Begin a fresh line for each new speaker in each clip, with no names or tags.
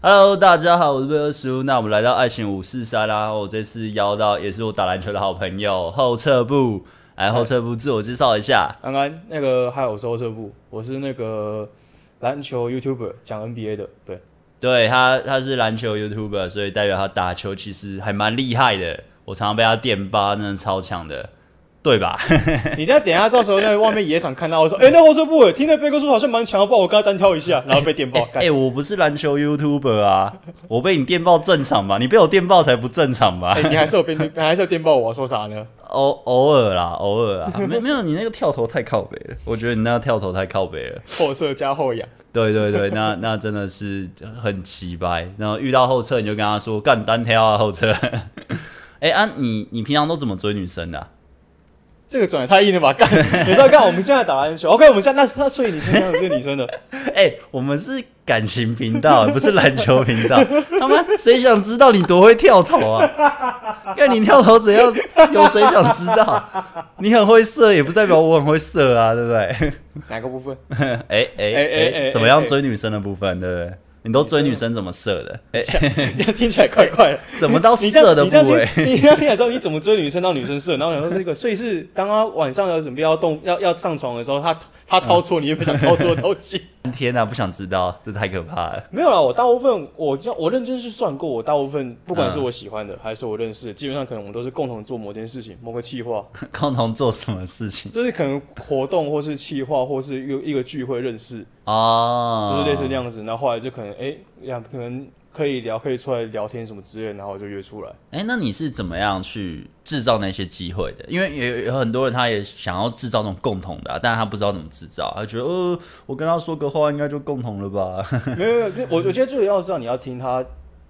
Hello，大家好，我是贝二叔。那我们来到爱情五四三啦，我这次邀到也是我打篮球的好朋友后撤步，来后撤步自我介绍一下。
安安，那个嗨，我是后撤部，我是那个篮球 YouTuber 讲 NBA 的，对，
对他，他是篮球 YouTuber，所以代表他打球其实还蛮厉害的。我常常被他电吧，真的超强的，对吧？
你这样等一下到时候在外面野场看到，我说，哎、那后撤部，听那贝哥说好像蛮强的，帮我跟他单挑一下，然后被电 爆，
哎、
干，
我不是篮球 YouTuber 啊，我被你电爆正常吧？你被我电爆才不正常吧
哎、？你还是有电，你 还是有电爆我、说啥呢？
偶偶尔啦，偶尔啦，没没有你那个跳投太靠北了，我觉得你那个跳投太靠北了。
后撤加后仰，
对对对，那那真的是很奇掰。然后遇到后撤，你就跟他说干单挑啊后撤。 哎、啊，你你平常都怎么追女生的啊、
这个转也太硬了吧，干， 你知道干，我们现在打篮球，OK，我们现在那那所以你现在有这个女生的，
哎、我们是感情频道，不是篮球频道。 他妈，谁想知道你多会跳投啊？看你跳投怎样，有谁想知道？你很会射，也不代表我很会射啊，对不 对？
哪个部分？
哎哎
哎
哎，
哎
怎么样追女生的部分，对不对？你都追女生怎么射的？哎、
听起来怪怪哦的。
怎么到
你这样
射的
你这样
部位？
听你这样听来之后，你怎么追女生让女生射？然后我想说这个，所以是当他晚上要准备要动要要上床的时候，他他掏出你也不想掏出的东西。
天哪、不想知道，这太可怕了。
没有啦，我大部分我就我认真是算过，我大部分不管
嗯
是我喜欢的还是我认识的，基本上可能我们都是共同做某件事情、某个计划，
共同做什么事情
就是可能活动或是计划或是一个一个聚会认识，
哦，
就是类似那样子。然后后来就可能哎呀，可能可以聊，可以出来聊天什么之类的，然后我就约出来。
哎、那你是怎么样去制造那些机会的？因为有有很多人他也想要制造那种共同的、啊，但是他不知道怎么制造，他觉得呃，我跟他说个话应该就共同了吧？
没有没有，就我我觉得最主要是要你要听他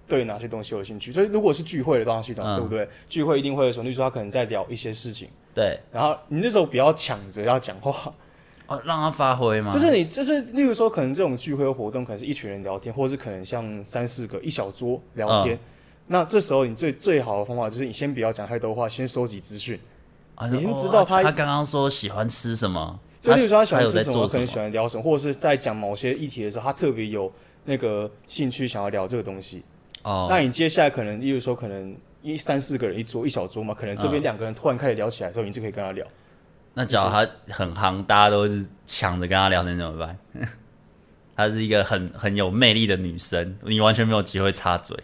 对哪些东西有兴趣。就是如果是聚会的东西，
嗯
对不对？聚会一定会有什么，例如说他可能在聊一些事情，
对，
然后你那时候不要抢着要讲话，
哦，让他发挥嘛，
就是你就是例如说可能这种聚会活动，可能是一群人聊天，或是可能像三四个一小桌聊天。那这时候你最最好的方法就是你先不要讲太多话，先收集资讯。
啊
已经
哦
知道他
他刚刚说喜欢吃什么，
就例如说他喜欢
有
吃
在
什
做
么，可
什
能
么
喜欢聊什么，或者是在讲某些议题的时候，他特别有那个兴趣想要聊这个东西。
哦
那你接下来可能，例如说，可能一三四个人一桌一小桌嘛，可能这
嗯
边两个人突然开始聊起来的时候，你就可以跟他聊。
那假如他很行，大家都是抢着跟他聊天怎么办？ 她是一个很很有魅力的女生，你完全没有机会插嘴，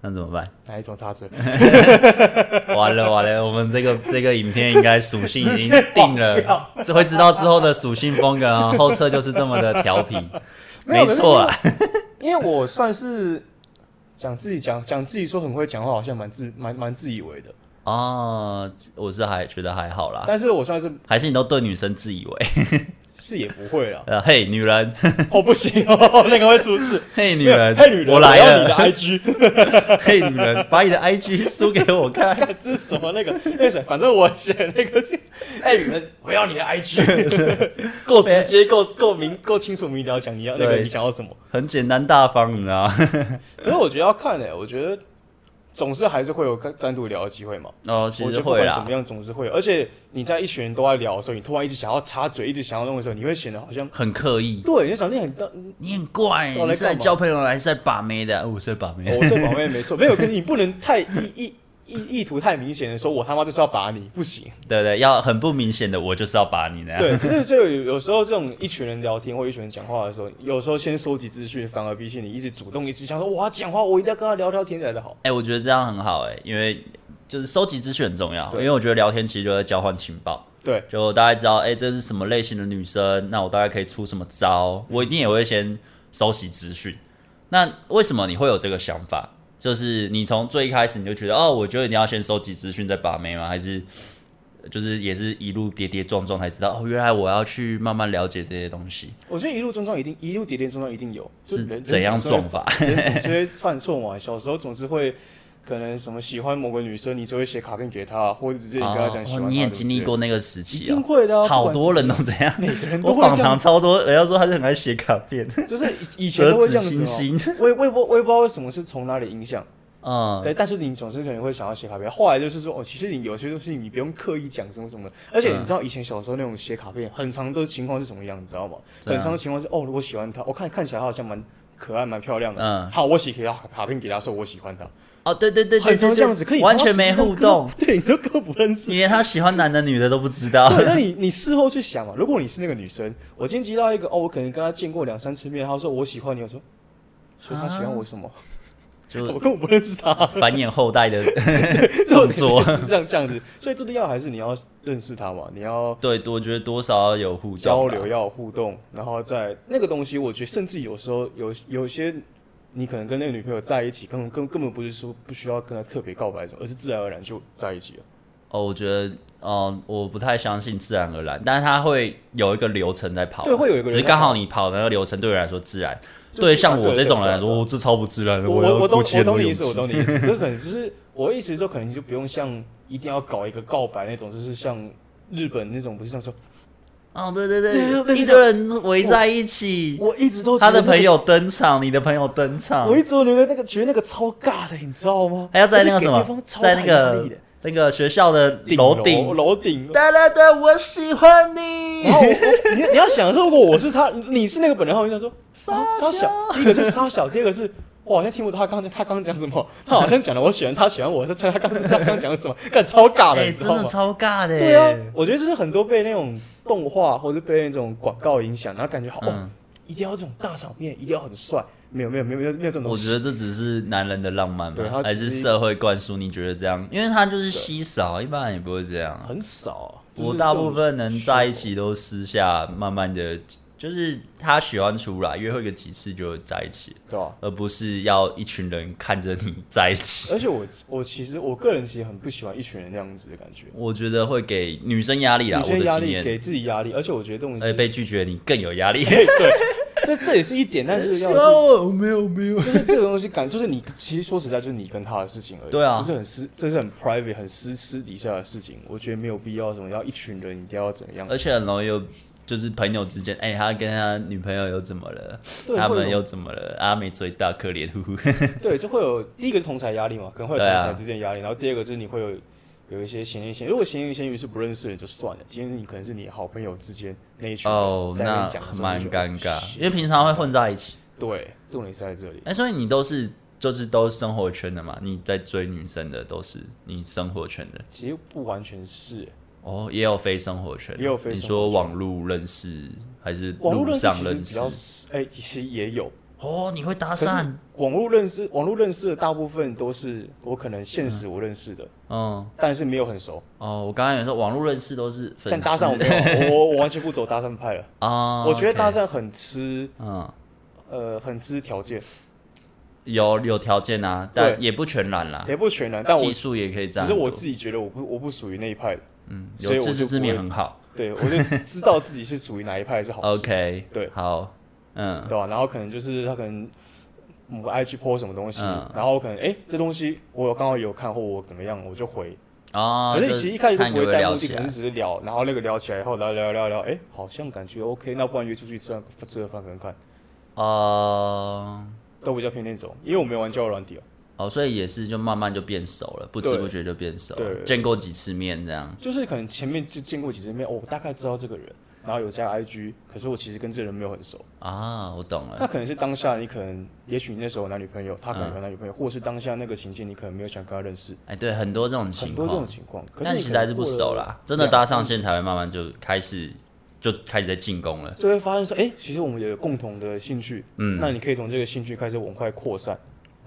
那怎么办？
哪一种插嘴？
完了完了，我们这个这个影片应该属性已经定了，这会知道之后的属性风格啊，后侧就是这么的调皮，
没有
没错啦，
因为我算是讲自己讲讲自己说很会讲话，好像蛮自蛮蛮自以为的。
哦，我是还觉得还好啦，
但是我算是
还是你都对女生自以为， 。
是也不会啦
呃，嘿女人，
哦，不行哦， 那个会出事。
嘿女
没有
人，
嘿女人，
我来
要你的
了，
IG，
嘿女人，把你的 IG 输给我看，
看 这是什么那个那个谁，反正我写那个去，嘿女人，我要你的 IG，够直接，够够明，够清楚明了讲你要那个
对
你想要什么。
很简单大方，你知道吗？
可是我觉得要看诶、我觉得总是还是会有跟单独聊的机会嘛。
哦，
我
其
觉
实
得不
会
管怎
啦
么，样，总是会有。而且你在一群人都在聊的时候，你突然一直想要插嘴，一直想要弄的时候，你会显得好像
很刻意，
对，你想你很大。嗯
你很怪，
我
你
来
是来
干嘛
交朋友的还是在把妹的？哦我是在把妹
我、。这方面没错，没有，可是你不能太意意意意图太明显的说，我他妈就是要把你，不行。
对对，要很不明显的，我就是要把你那样。
对，就是就 有有时候这种一群人聊天或一群人讲话的时候，有时候先收集资讯，反而比起你一直主动一直想说，哇，讲话我一定要跟他聊聊天来的好。
哎、我觉得这样很好哎、因为就是收集资讯很重要，因
对
为我觉得聊天其实就在交换情报，
对，
就我大概知道哎、这是什么类型的女生，那我大概可以出什么招，我一定也会先收集资讯。那为什么你会有这个想法？就是你从最一开始你就觉得哦，我觉得你要先收集资讯再把妹吗？还是就是也是一路跌跌撞撞才知道哦，原来我要去慢慢了解这些东西
我觉得一路撞撞一定一路跌跌撞撞一定有，就是人
怎样
人总是
撞
会
法。
人 总是会犯错嘛，小时候总是会可能什么喜欢某个女生，你就会写卡片给她，或者直接你跟她讲喜
哦
欢她、
哦，你也经历过那个时
对不对，一
期
定
哦，
会的、啊，
好多
人，
人都这样。
每个人
我
都会
访
这
谈
样，
超多，人家说他是很爱写卡片，
就是以以前
折
都会
纸
这样子哦
星
嘛。
星。
我也我也不我也不知道为什么是从哪里影响，
嗯，
对，但是你总是可能会想要写卡片。后来就是说，哦，其实你有些东西你不用刻意讲什么什么的，而
啊
且你知道以前小时候那种写卡片，很长的情况是什么样，你知道吗？
怎样
哦很长的情况是，哦，我喜欢她，我看看起来她好像蛮可爱，蛮漂亮的。
嗯
好，我写给他卡片给他说我喜欢他，
哦，对对对对，
很
对
常
对
这样子，可以
完全没互 动，，
对，你都根本不认识。
你连他喜欢男的女的都不知道。
对，那你你事后去想嘛，如果你是那个女生，我今天接到一个哦，我可能跟她见过两三次面，她说我喜欢你，我说，所以她喜欢我什么？
啊就
我根本不认识她，
繁衍后代的
这
动作。
这样这样子，所以真的要还是你要认识她嘛，你要
对，我觉得多少要有互动吧
交流，要有互动，然后在那个东西，我觉得甚至有时候有有些。你可能跟那个女朋友在一起，根本根根本不是说不需要跟她特别告白什么，而是自然而然就在一起了。
哦，我觉得，哦，我不太相信自然而然，但是它会有一个流程在跑，啊
对会有一个流程
只是刚好你跑的那个流程对人来说自然，
就是啊
对像我这种人来
对对对
说，哦，这超不自然的，
呃我
要
我我懂
鼓起
我
很多
懂你
勇
意思，
气
我懂你意 思。这可能就是我意思，说可能就不用像一定要搞一个告白那种，就是像日本那种，不是像说
哦，对对
对对
对，
对
一堆人围在一起，
我一直都
他的
觉得那
朋
个，
友登场，你的朋友登场
我，一直都觉得那个觉得那个超尬的，你知道吗？
还要在那
而
个
且
什
给对
么
方，超大
在那
压
个
力的
那个学校的楼顶
顶，楼顶。
哒哒哒，我喜欢你
然后我我你你要想说，如果我是他，你是那个本人的话，我就想说
傻
沙小，第一个是沙小，第二个是。我好像听不懂他刚才他刚讲什么，他好像讲了我喜欢他喜欢我，他他刚他刚讲 什么，干超尬的，
哎，
你知
真
道
的
吗？
超尬的，
对啊，我觉得就是很多被那种动画或者被那种广告影响，然后感觉好、哦
嗯，
一定要这种大场面，一定要很帅。没有没有没有没有没有这种东
我
西。
觉得这只是男人的浪漫
对啊
吧
他，
还
只
是
是一
社会灌输？你觉得这样？因为他就是稀少，一般人也不会这样啊。
很少，就是
我大
这种
部分能在一起都私下慢慢的，就是他喜欢出来约会个几次就在一起，
对啊吧、
而不是要一群人看着你在一起。
而且我我其实我个人其实很不喜欢一群人那样子的感觉，
我觉得会给女生压力啦，
有
我
些
的
压
经
力
验，哎
给自己压力，而且我觉得这种
而且
西
被拒绝你更有压力。
对，这这也是一点，但是要 是
我没有没有，
就是这个东西感，就是你其实说实在，就是你跟他的事情而已。
对啊
就是很私，这是很 private、很私私底下的事情，我觉得没有必要什么要一群人一定要怎样。
而且很容易有就是朋友之间，哎、他跟他女朋友又怎么了？
对
他
会
们
有
又怎么了？阿美最大，可怜，呼呼。
对，就会有第一个是同才压力嘛，可能会有
对
同
啊
才之间的压力，然后第二个就是你会有有一些闲言闲语，如果闲言闲语是不认识的人就算了，今天你可能是你好朋友之间那一群人
哦，
在
那
边讲的时候
蛮
就觉得
尴尬，因
哦
为平常会混在一起。
对，重点是在这里。
哎、所以你都是就是都是生活圈的嘛？你在追女生的都是你生活圈的
其实不完全是
哦，也有非生活圈的，
也有非生活圈
你说网络认识还是
网络
路
认识
上
其实
认
比
识
较？少，哎、其实也有。
哦，你会搭
可是
讪？
网络认识，网络认识的大部分都是我可能现实我认识的，
嗯，
但是没有很熟。
哦，我刚刚有说网络认识都是粉丝，
但搭讪我没有，我我我完全不走搭讪 派了。
啊，
我觉得
OK
搭讪很吃，
嗯。
呃，很吃条件，
有有条件啊，但
对
也不全然啦，
也不全然。但我
技术也可以这
只
样
是
很多。
我自己觉得我不我不属于那一派的，
嗯
所以
有
我
自
就
知
不
之明
会
很好。
对我就知知道自己是属于哪一派是好事
OK，
对
好，嗯，
对吧？然后可能就是他可能嗯我 IG po 什么东西，
嗯
然后我可能哎、这东西我刚好有看或我怎么样，我就回。
哦，
可是
就
其实一开始都
看
不
有
会
没有啊
带
聊
目的，
起
可能
来
是只是聊，然后那个聊起来以后聊聊聊聊，哎、好像感觉 OK，那不然约出去吃饭吃个饭看看，
哦
都比较偏那种，因为我没有玩交友软体哦。
哦，所以也是就慢慢就变熟了，不知
对
不觉就变熟
对
了
对，
见过几次面这样。
就是可能前面就见过几次面，哦我大概知道这个人，然后有加 IG，可是我其实跟这个人没有很熟。
啊，我懂
那
了，
可能是当下你可能，也许你那时候有男女朋友，他可能有男女朋友，或者是当下那个情境你可能没有想跟他认识，
哎，对，很多这种情
很多这种
况，
情况。可是
但
你
其
可
实
能
还是不
过了
熟，啦，真的
两
搭上线才会慢慢就开始就开始在进攻了。
就会发现说，哎、其实我们有共同的兴趣，
嗯
那你可以从这个兴趣开始往外扩散。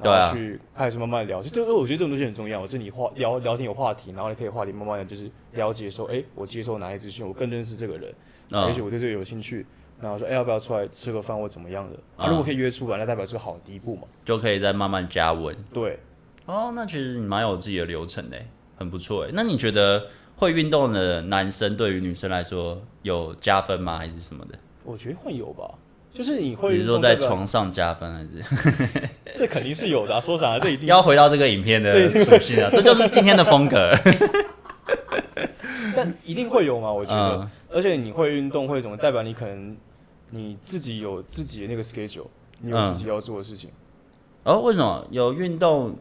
对啊
然后去开始慢慢聊，就这个我觉得这种东西很重要。就是你话聊聊天有话题，然后你可以话题慢慢的就是了解说，哎、我接受哪些资讯，我更认识这个人，
嗯
也许我对这个有兴趣，然后说，哎、要不要出来吃个饭或怎么样的？
嗯
啊，如果可以约出来，那代表是个好的第一步嘛。
就可以再慢慢加温。
对，
哦，那其实你蛮有自己的流程嘞，很不错哎。那你觉得会运动的男生对于女生来说有加分吗？还是什么的？
我觉得会有吧，就是你会
比如说
运动代
在
表，
床上加分，还是
这肯定是有的、啊。说啥、这一定
要回到这个影片的
对
属性啊？这就是今天的风格。
但一定会有嘛，我觉得。
嗯
而且你会运动会怎么，代表你可能你自己有自己的那个 schedule，你有
嗯
自己要做的事情。
哦，为什么有运动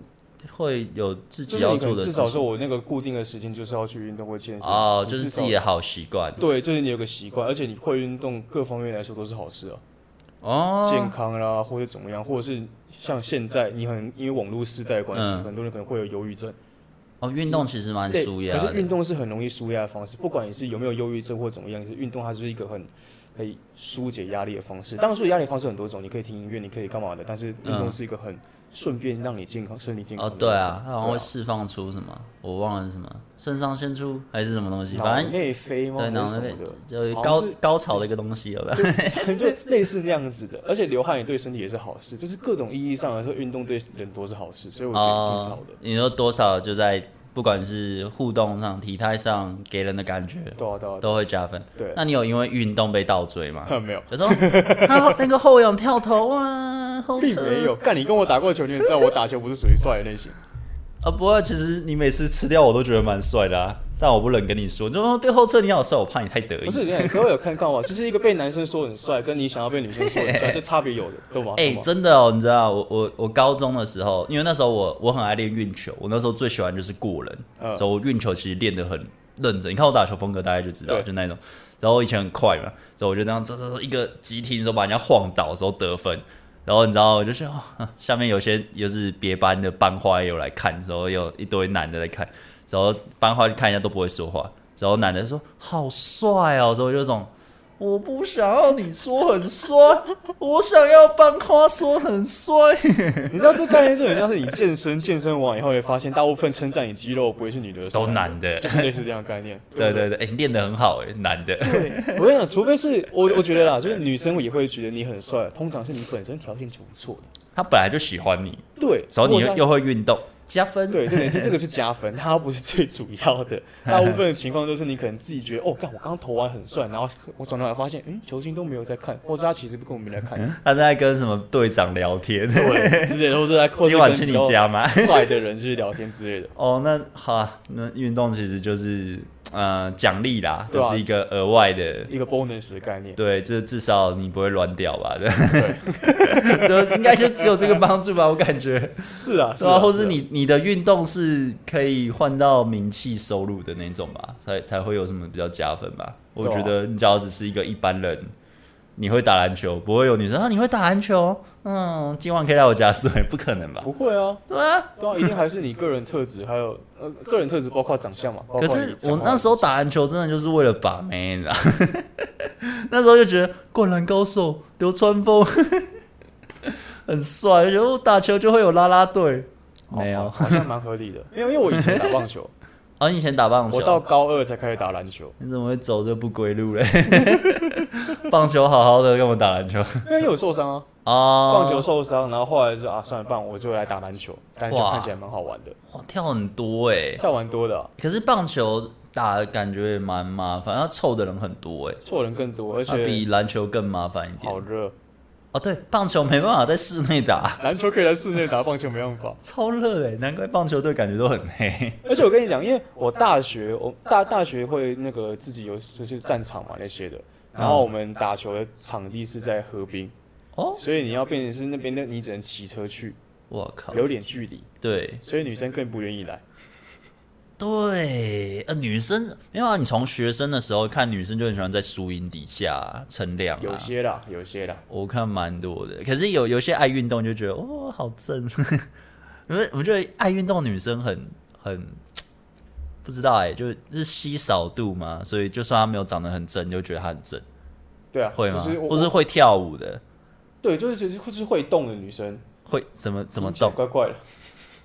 会有自
就
己
是
要
你可
做
能
的
至
事
少
情？
说我那个固定的时间就是要去运动或健身。
哦，
你
就是
至
自
少
己的好习惯。
对，就是你有个习惯，而且你会运动，各方面来说都是好事啊。
哦，
健康啦，或者怎么样，或者是像现在你很因为网络时代的关系，
嗯
很多人可能会有忧郁症。
哦，运动其实蛮
对，
舒压
可是
的
运，动是很容易舒压的方式，不管你是有没有忧郁症或怎么样，就是运动它就是一个很可以疏解压力的方式。当然，疏解压力的方式很多种，你可以听音乐，你可以干嘛的，但是运动
嗯
是一个很顺便让你健康、身体健
哦，
康的。
对啊，它好像
对
会
啊
释放出什么，我忘了是什么，肾上腺素还是什么东西，
脑
反正
内啡吗？
对
还
脑
是
内啡
什么的？
就
好像
高
是
高潮的一个东西，有没有？
就类似那样子的。而且流汗也对身体也是好事，就是各种意义上来说，运动对人都是好事，所以我觉得一定是好
哦
的。，
你说多少就在不管是互动上、体态上给人的感觉
对啊，对啊，
都会加分。
对
哦那你有因为运动被倒追 吗？
啊，没有，
就说他后那个后仰跳投啊，后
并
撤
没有。 干，你跟我打过球，你也知道我打球不是属于帅的类型。
啊。不过其实你每次吃掉我都觉得蛮帅的啊，但我不能跟你说，你就说对后撤你好帅，我怕你太得意。
不是，你看各位有看到吗？就是一个被男生说很帅，跟你想要被女生说很帅，这差别有的，懂吗？
哎、
懂吗
真的哦，你知道我我我高中的时候，因为那时候我我很爱练运球，我那时候最喜欢就是过人，
嗯
所以我运球其实练得很认真。你看我打球风格，大家就知道，
对
就那种。然后我以前很快嘛，所以我就那样这这这一个急停的时候把人家晃倒的时候得分。然后你知道，我就是、哦、下面有些又是别班的班花也有来看，然后有一堆男的来看，然后班花就看一下都不会说话，然后男的说好帅哦，之后就这种。我不想要你说很帅，我想要班花说很帅。
你知道这概念就很像是你健身，健身完以后会发现，大部分称赞你肌肉不会是女的，
都， 男的
就，是类似这样的概念。
对
不
对对，哎、你练得很好哎、男的，
我跟你讲，除非是我，我觉得啦，就是女生也会觉得你很帅，通常是你本身条件就不错的。
他本来就喜欢你，
对，
然后你
如
又
果像
又会运动，加分。
对，重点是这个是加分，它不是最主要的。大部分的情况都是你可能自己觉得，哦，干，我刚投完很帅，然后我转头来发现，嗯，球星都没有在看，或者他其实根本没来看，
他在跟什么队长聊天？
对，之类的，或者在
嗯今晚去你家吗
帅的人去聊天之类的。
哦，那好啊，那运动其实就是呃奖励啦，
对啊
就是一个额外的。
一个 bonus 的概念，
对，这至少你不会乱掉吧？对，就 应该就只有这个帮助吧，我感觉。
是啊，
是
啊，
啊，或是
啊
你你的运动是可以换到名气收入的那种吧，才才会有什么比较加分吧。我
对啊
觉得你只要只是一个一般人，你会打篮球，不会有女生啊，你会打篮球，嗯，今晚可以来我家睡，不可能吧？
不会啊，
对啊。
对啊，一定还是你个人特质，还有呃个人特质包括长相嘛。包括
可
你
是
讲
我
话
那
的
时候打篮球真的就是为了把妹，你知道？ 那时候就觉得灌篮高手流川枫 很帅，然后哦打球就会有啦啦队，没有
哦。好像蛮合 理的。没有，因为我以前打棒球，
啊，你以前打 棒球？
我到高二才开始打篮球。
你怎么会走这不归路嘞？ 棒球好好的，跟我打篮球
因为有受伤啊，
哦。
棒球受伤，然后后来就啊算了，棒我就来打篮球，篮球
哇
看起来蛮好玩的，
哇，跳很多哎、
跳蛮多的啊、
可是棒球打的感觉也蛮麻烦，它凑的人很多哎、
错人更多，而
它比
且
篮球更麻烦一点
好。热。
哦，对，棒球没办法在室内打，
篮球可以在室内打，棒球没办法。
超热哎、难怪棒球队感觉都很黑。
而且我跟你讲，因为我大学，我大大学会那个自己有就是战场嘛那些的，然后我们打球的场地是在河滨，
哦，
所以你要变成是那边的，你只能骑车去，
我靠，
有点距离，
对
所以女生更不愿意来。
对，呃，女生没有啊，你从学生的时候看女生就很喜欢在树荫底下乘凉、啊，
有些啦，有些啦，
我看蛮多的，可是有有些爱运动就觉得哦，好正。 因为我觉得爱运动的女生很很不知道哎、就是稀少度嘛，所以就算她没有长得很正，你就觉得她很正，
对啊，
会吗？
就是我
或是会跳舞的，
对，就是就是就是会动的女生，
会怎么怎么
听起来
动？
怪 怪的。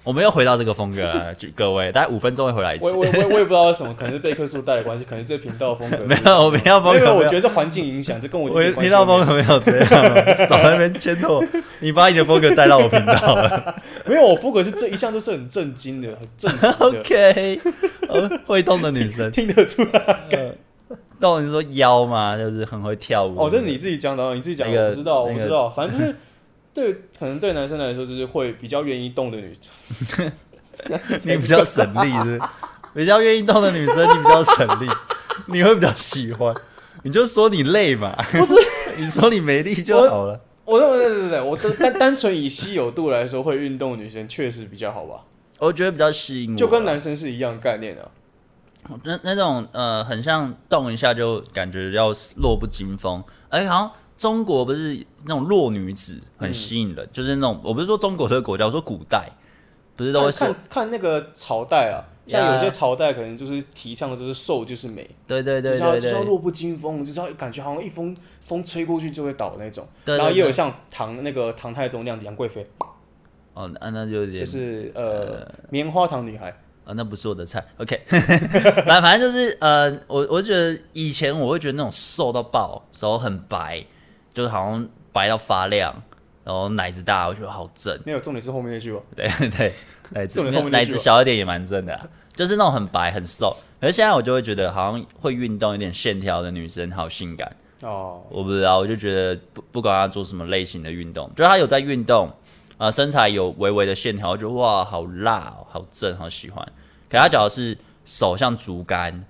我们又回到这个风格 了，就各位，大概五分钟会回来一次
我。我我我也不知道为什么，可能是贝克数带的关系，可能这频道风格
没有，我们要风
没
格
有，没有
没
我
有
觉。得这环境影响，这跟我
我
听
频道风
格
格没有这样，啊少在那边牵拖我。你把你的风格带到我频 道了。
没有，我风格是这一向都是很震惊的，很正直 的，
OK，哦会动的女生。
听得出来。
到你说腰嘛，就是很会跳舞。
哦，这是你自己讲的，你自己讲
那
的，
个
我不知道，
那
我
个
知道，反 正就是对，可能对男生来说就是会比较愿意动的女生。
你比较省力是 不是比较愿意动的女生，你比较省力， 你会比较喜欢。你就说你累嘛，不是？ 你说你没力就好了。
我认为对对对对，我单单单纯以稀有度来说，会运动的女生确实比较好吧，
我觉得比较吸引我，啊
就跟男生是一样概念的、啊。
那那种呃，很像动一下就感觉要弱不禁风，哎、好像中国不是那种弱女子很吸引
嗯
人，就是那种我不是说中国这个国家，我说古代不是都会说
看看看那个朝代啊，像有些朝代可能就是提倡的就是瘦就是美，
对对
就
对
是要
对
就是要
对
弱不禁风，就是要感觉好像一风风吹过去就会倒那种。
对
然后
对
也有
对
像唐那个唐太宗那样的杨贵妃，
哦，那那就有点
就是呃棉花糖女孩，
啊，那不是我的菜。OK，反反正就是呃，我我觉得以前我会觉得那种瘦到爆，手很白，就是好像白到发亮，然后奶子大，我觉得好正。
没有重点是后面那句哦，
对 对，奶子
重点后面那
奶
句
子
吧
小一点也蛮正的啊、就是那种很白很瘦。可是现在我就会觉得，好像会运动、有点线条的女生好性感。
哦，
我不知道，我就觉得不不管她做什么类型的运动，就是她有在运动，啊、身材有微微的线条，我觉得哇，好辣、哦，好正，好喜欢。可她脚是手像竹竿，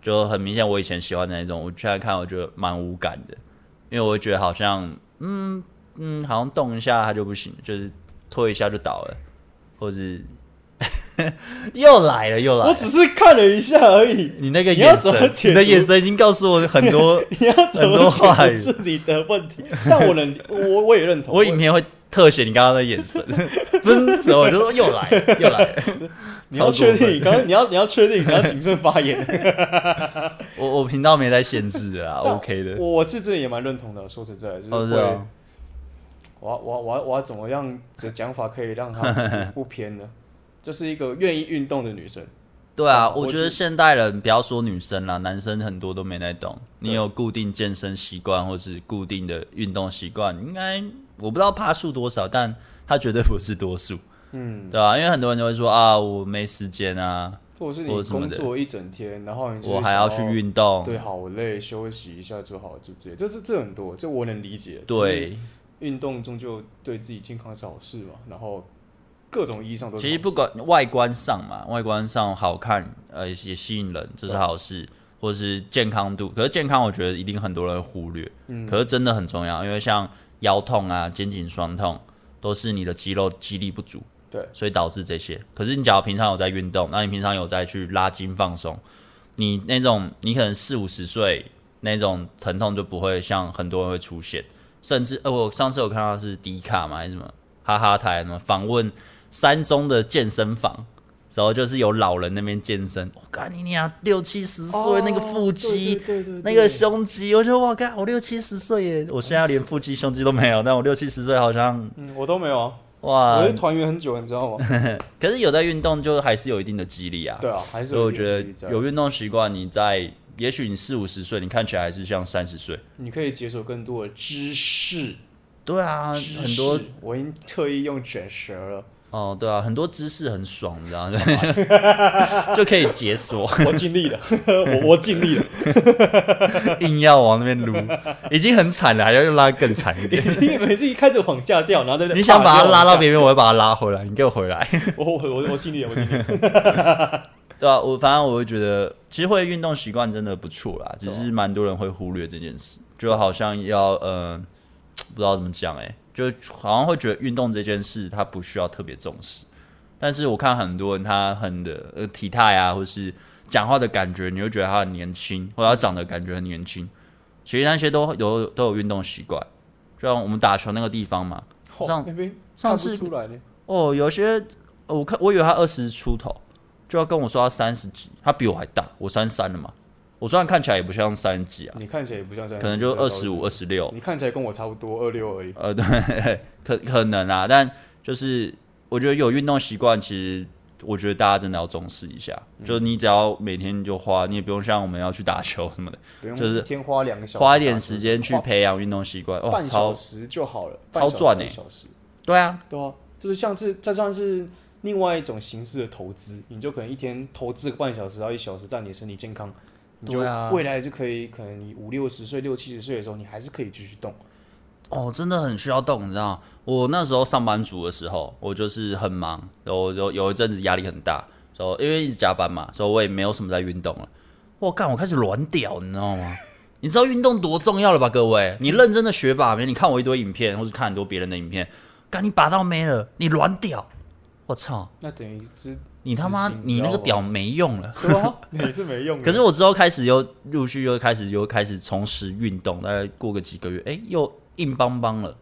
就很明显我以前喜欢的那种，我现在看我觉得蛮无感的，因为我觉得好像，嗯嗯，好像动一下它就不行，就是推一下就倒了，或是 又来了又来
我
了。
只是看了一下而已。
你那个
你要
眼
怎么
神，
解
你的
读
眼神已经告诉我很多
你要怎
很多
么
话
解
语
读是你的问题， 但我能，我我也认同。
我影片会特写你刚刚的眼 神，真的时候我就说又来了又来了。
你
超
要
过
确
分
定，刚刚你要你要确定，你要谨慎发言。
我我频道没在限制的啊
但
，OK 的。
我我是真的也蛮认同的，说实在，就是
哦，
会，
对啊，
我要我要我要我要怎么样的讲法可以 让她不偏呢？就是一个愿意运动的女生，
对啊，
我
我觉得现代人不要说女生啦，男生很多都没在动。你有固定健身习惯或是固定的运动习惯，应该我不知道趴数多少，但他绝对不是多数，
嗯，
对啊，因为很多人就会说啊，我没时间啊，
或者是
或
你
者什么
工
的
作一整天，然后你就是
我还要去
想
运动。
哦对，好累，休息一下就好，就这，这是这很多，这我能理解。就是
对，
运动终究对自己健康是好事嘛，然后各种意义上都是
其实
好
不
事
管外观上嘛，外观上好看，呃，也吸引人，这是好事，或是健康度。可是健康，我觉得一定很多人忽略，
嗯
可是真的很重要，因为像腰痛啊、肩颈酸痛，都是你的肌肉肌力不足，
对，
所以导致这些。可是你只要平常有在运动，那你平常有在去拉筋放松，你那种你可能四五十岁那种疼痛就不会像很多人会出现，甚至呃，我上次有看到是迪卡嘛还是什么哈哈台什么访问三中的健身房。然后就是有老人那边健身，我干你娘六七十岁、那个腹肌，
哦对对对对
那个
对
胸肌，我觉得我靠，我六七十岁耶，我现在连腹肌胸肌都没有，但我六七十岁好像
嗯，我都没有啊，
哇
我是，团员很久，你知道吗？
可是有在运动就还是有一定的激励 啊。
对啊，还是
所以我
一定
觉
建议这
得
样
有运动习惯，你在也许你四五十岁，你看起来还是像三十岁。
你可以解锁更多的知识，
对啊，
知识
很多
我已经特意用卷舌了，
哦，对啊，很多姿势很爽，你知道吗？ 就可以解锁，
我尽力 了，我我尽力了，
硬要往那边撸，已经很惨了，还要又拉更惨 一点。
因为每次一开始往下掉，然后对不对？
你想把它拉到
边，
边边，我会把它拉回来，你给我回来。
我我我我尽力了，我尽力了，
对啊，我反正我会觉得，其实会运动习惯真的不错啦，只是蛮多人会忽略这件事，就好像要呃，不知道怎么讲哎、就好像会觉得运动这件事它不需要特别重视，但是我看很多人他很的呃体态啊，或是讲话的感觉，你会觉得他很年轻，或者他长得感觉很年轻，其实那些都有都有运动习惯，就像我们打球那个地方嘛，
哦
上
那边
上
看不
次
出来呢，
哦，有些我看我以为他二十出头，就要跟我说他三十几，他比我还大，我三三了嘛。我虽然看起来也不像三十几啊，
你看起来也不像这样，
可能就二十五、二十六，
你看起来跟我差不多，二六而已。
呃，对，可可能啊，但就是我觉得有运动习惯，其实我觉得大家真的要重视一下。
嗯
就你只要每天就花，你也不用像我们要去打球什么的，
不用
就是
一天花两个小时，
花一点时间去
花
培养运动习惯，哇，
半小
超
时就好了，
超赚
呢、
欸
一小时，
对啊，
对啊，就是像是这算是另外一种形式的投资，你就可能一天投资个半小时到一小时，让你的身体健康，你就
对啊
未来就可以，可能你五六十岁、六七十岁的时候，你还是可以继续动。
哦，真的很需要动，你知道吗？我那时候上班族的时候，我就是很忙，然后有有一阵子压力很大，所以因为一直加班嘛，所以我也没有什么在运动了。我干，我开始软屌，你知道吗？ 你知道运动多重要了吧，各位？你认真的学把妹，你看我一堆影片，或是看很多别人的影片，干你把到妹了，你软屌，我操！
那等于是
你他妈
死刑，
你那个
知道
屌没用了。
吗，对啊， 你是没用的。
可是我之后开始又陆续又开始又开始重拾运动，大概过个几个月，哎、又硬邦邦了。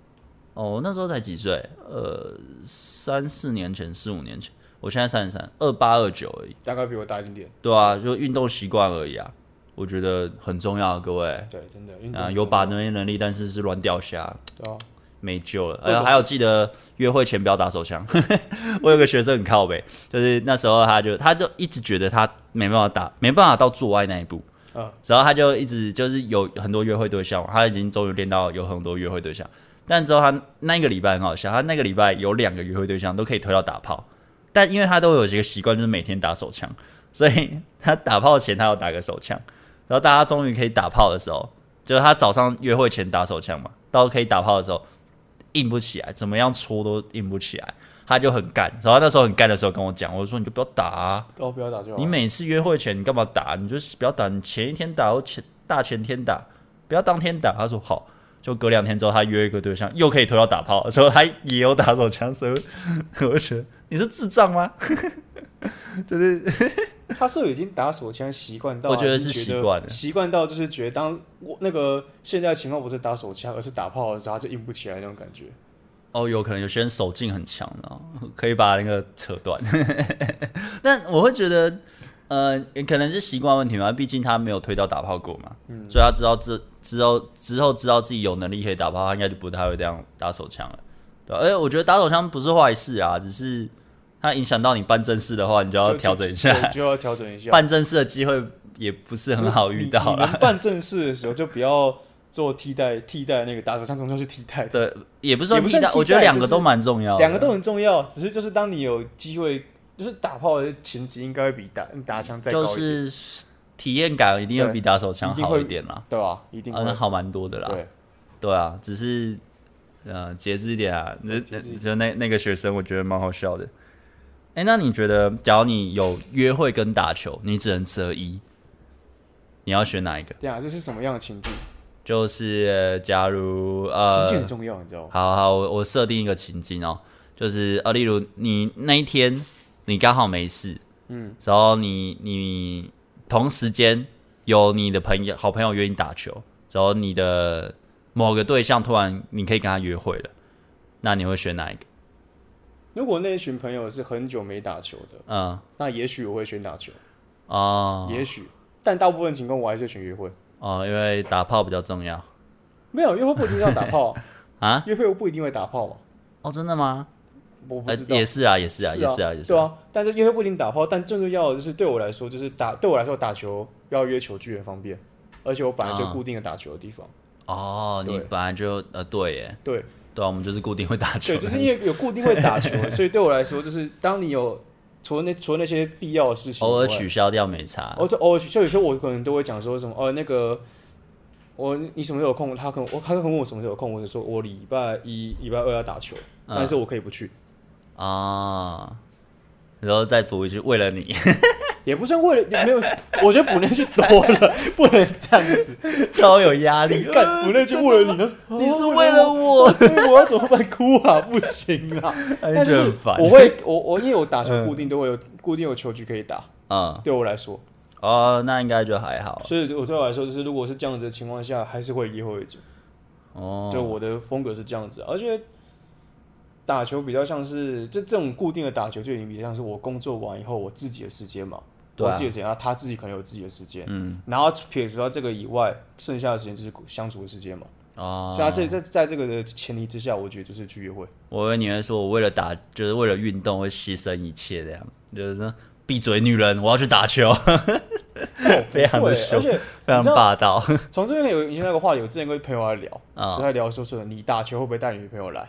哦，那时候才几岁？呃，三四年前，四五年前。我现在三十三，二八二九而已。
大概比我大一点点。
对啊，就运动习惯而已啊，我觉得很重要，各位
对，真的运动
啊，有把那些能力，但是是乱掉下，
对啊，
没救了。
为什
呃，
么
还有记得约会前不要打手枪。 我有个学生很靠北，就是那时候他就他就一直觉得他没办法打，没办法到做爱那一步。
嗯
然后他就一直就是有很多约会对象，他已经终于练到有很多约会对象。但之后他那一个礼拜很好笑，他那个礼拜有两个约会对象都可以推到打炮，但因为他都有一个习惯，就是每天打手枪，所以他打炮前他要打个手枪。然后大家终于可以打炮的时候，就是他早上约会前打手枪嘛，到可以打炮的时候，硬不起来，怎么样搓都硬不起来，他就很干。然后他那时候很干的时候跟我讲，我就说你就不要打、啊，
都不要打就好。
你每次约会前你干嘛打？你就是不要打，你前一天打或前大前天打，不要当天打。他说好，就隔两天之后他约一个对象，又可以推到打炮，之后他也有打手枪，所以我我就觉得你是智障吗？
他是不是已经打手枪习惯到，
我觉得
已经
是
觉
习惯了
习惯到就是觉得当我那个现在的情况不是打手枪，而是打炮的时候，他就硬不起来那种感觉。
哦，有可能有些人手劲很强的哦、可以把那个扯断。 但我会觉得，呃，可能是习惯问题嘛，毕竟他没有推到打炮过嘛，
嗯
所以他知道之之后之后知道自己有能力可以打炮，他应该就不太会这样打手枪了。对吧，而且我觉得打手枪不是坏事啊，只是它影响到你办正事的话，你就要
就
调整一下。
对就要调整一下。
办正事的机会也不是很 好遇到啊
你你
啦。
能办正事的时候就不要做替代，替代那个打手枪终究是替代的，
对，也不是说
也不算替代
我觉得两
就
个
是
都蛮重要的，
两个都很重要。只是就是当你有机会，就是打炮的前级应该会比打打枪再高
就
一点，
是体验感一定要比打手枪
对一定
好
会
一点啦，
对吧？一定会。
嗯，好蛮多的啦。
对，
对啊，只是呃节制一点啊。那
节制一点
就那那个学生，我觉得蛮好笑的。哎、那你觉得，假如你有约会跟打球，你只能择一，你要选哪一个？
对啊，这是什么样的情境？
就是、呃假如
情
呃，
境很重要，你知道吗？
好好，我我设定一个情境哦，就是呃，例如你那一天你刚好没事，嗯，然后你你同时间有你的朋友好朋友约你打球，然后你的某个对象突然你可以跟他约会了，那你会选哪一个？
如果那一群朋友是很久没打球的，
嗯
那也许我会选打球，
哦
也许，但大部分情况我还是选约会。
哦，因为打炮比较重要
没有约会不一定要打炮
啊。
约会不一定会打炮嘛，啊
哦，真的吗？
我不
呃
知，道。
也是啊，也是啊，也是啊，也是
对。啊，但是约会不一定打炮，但最重要的就是对我来说，就是打对我来说打球要约球具很方便，而且我本来就
啊
固定的打球的 地方，
哦，你
对
本来就呃，对耶，
对
对啊，我们就是固定会打球
对，
的，
就是因为有固定会打 球，所以对我来说，就是当你有除了那除了那些必要的事情以外，
偶尔取消掉没差。啊
哦，就偶尔去，就有时候我可能都会讲说什么，哦，那个我你什么时候有空？他可能我他可能问我什么时候有空，我就说我礼拜一、礼拜二要打球，
嗯
但是我可以不去，
啊，然后再补一句，为了你，
也不算为了也没有，我觉得补那句多了， 不能这样 子，
超有压 力。
干补那句为了你，那
你是
哦
为了我
哦所以我要怎么办？哭啊，不行啊，
哎
但就
这很
是
烦
我会我我因为我打球固定都会有固定有球局可以打，
嗯，
对我来说，
哦，那应该就还好。
所以我对我来说就是如果是这样子的情况下，还是会以后为主。
哦，
就我的风格是这样子，而且打球比较像是这这种固定的打球，就已经比较像是我工作完以后我自己的时间嘛，
对啊
我自己的时间，然后他自己可能有自己的时间，
嗯，
然后撇除掉这个以外，剩下的时间就是相处的时间嘛。
哦
所以，他这在在这个的前提之下，我觉得就是去约会，
我以为你会说，我为了打，就是为了运动会牺牲一切，这样就是说闭嘴，女人，我要去打 球， 非常的
对
凶
而且
非常霸道。
从这边有以前那个话题，我之前跟朋友在聊，
啊
就在聊说说你打球会不会带你女朋友来？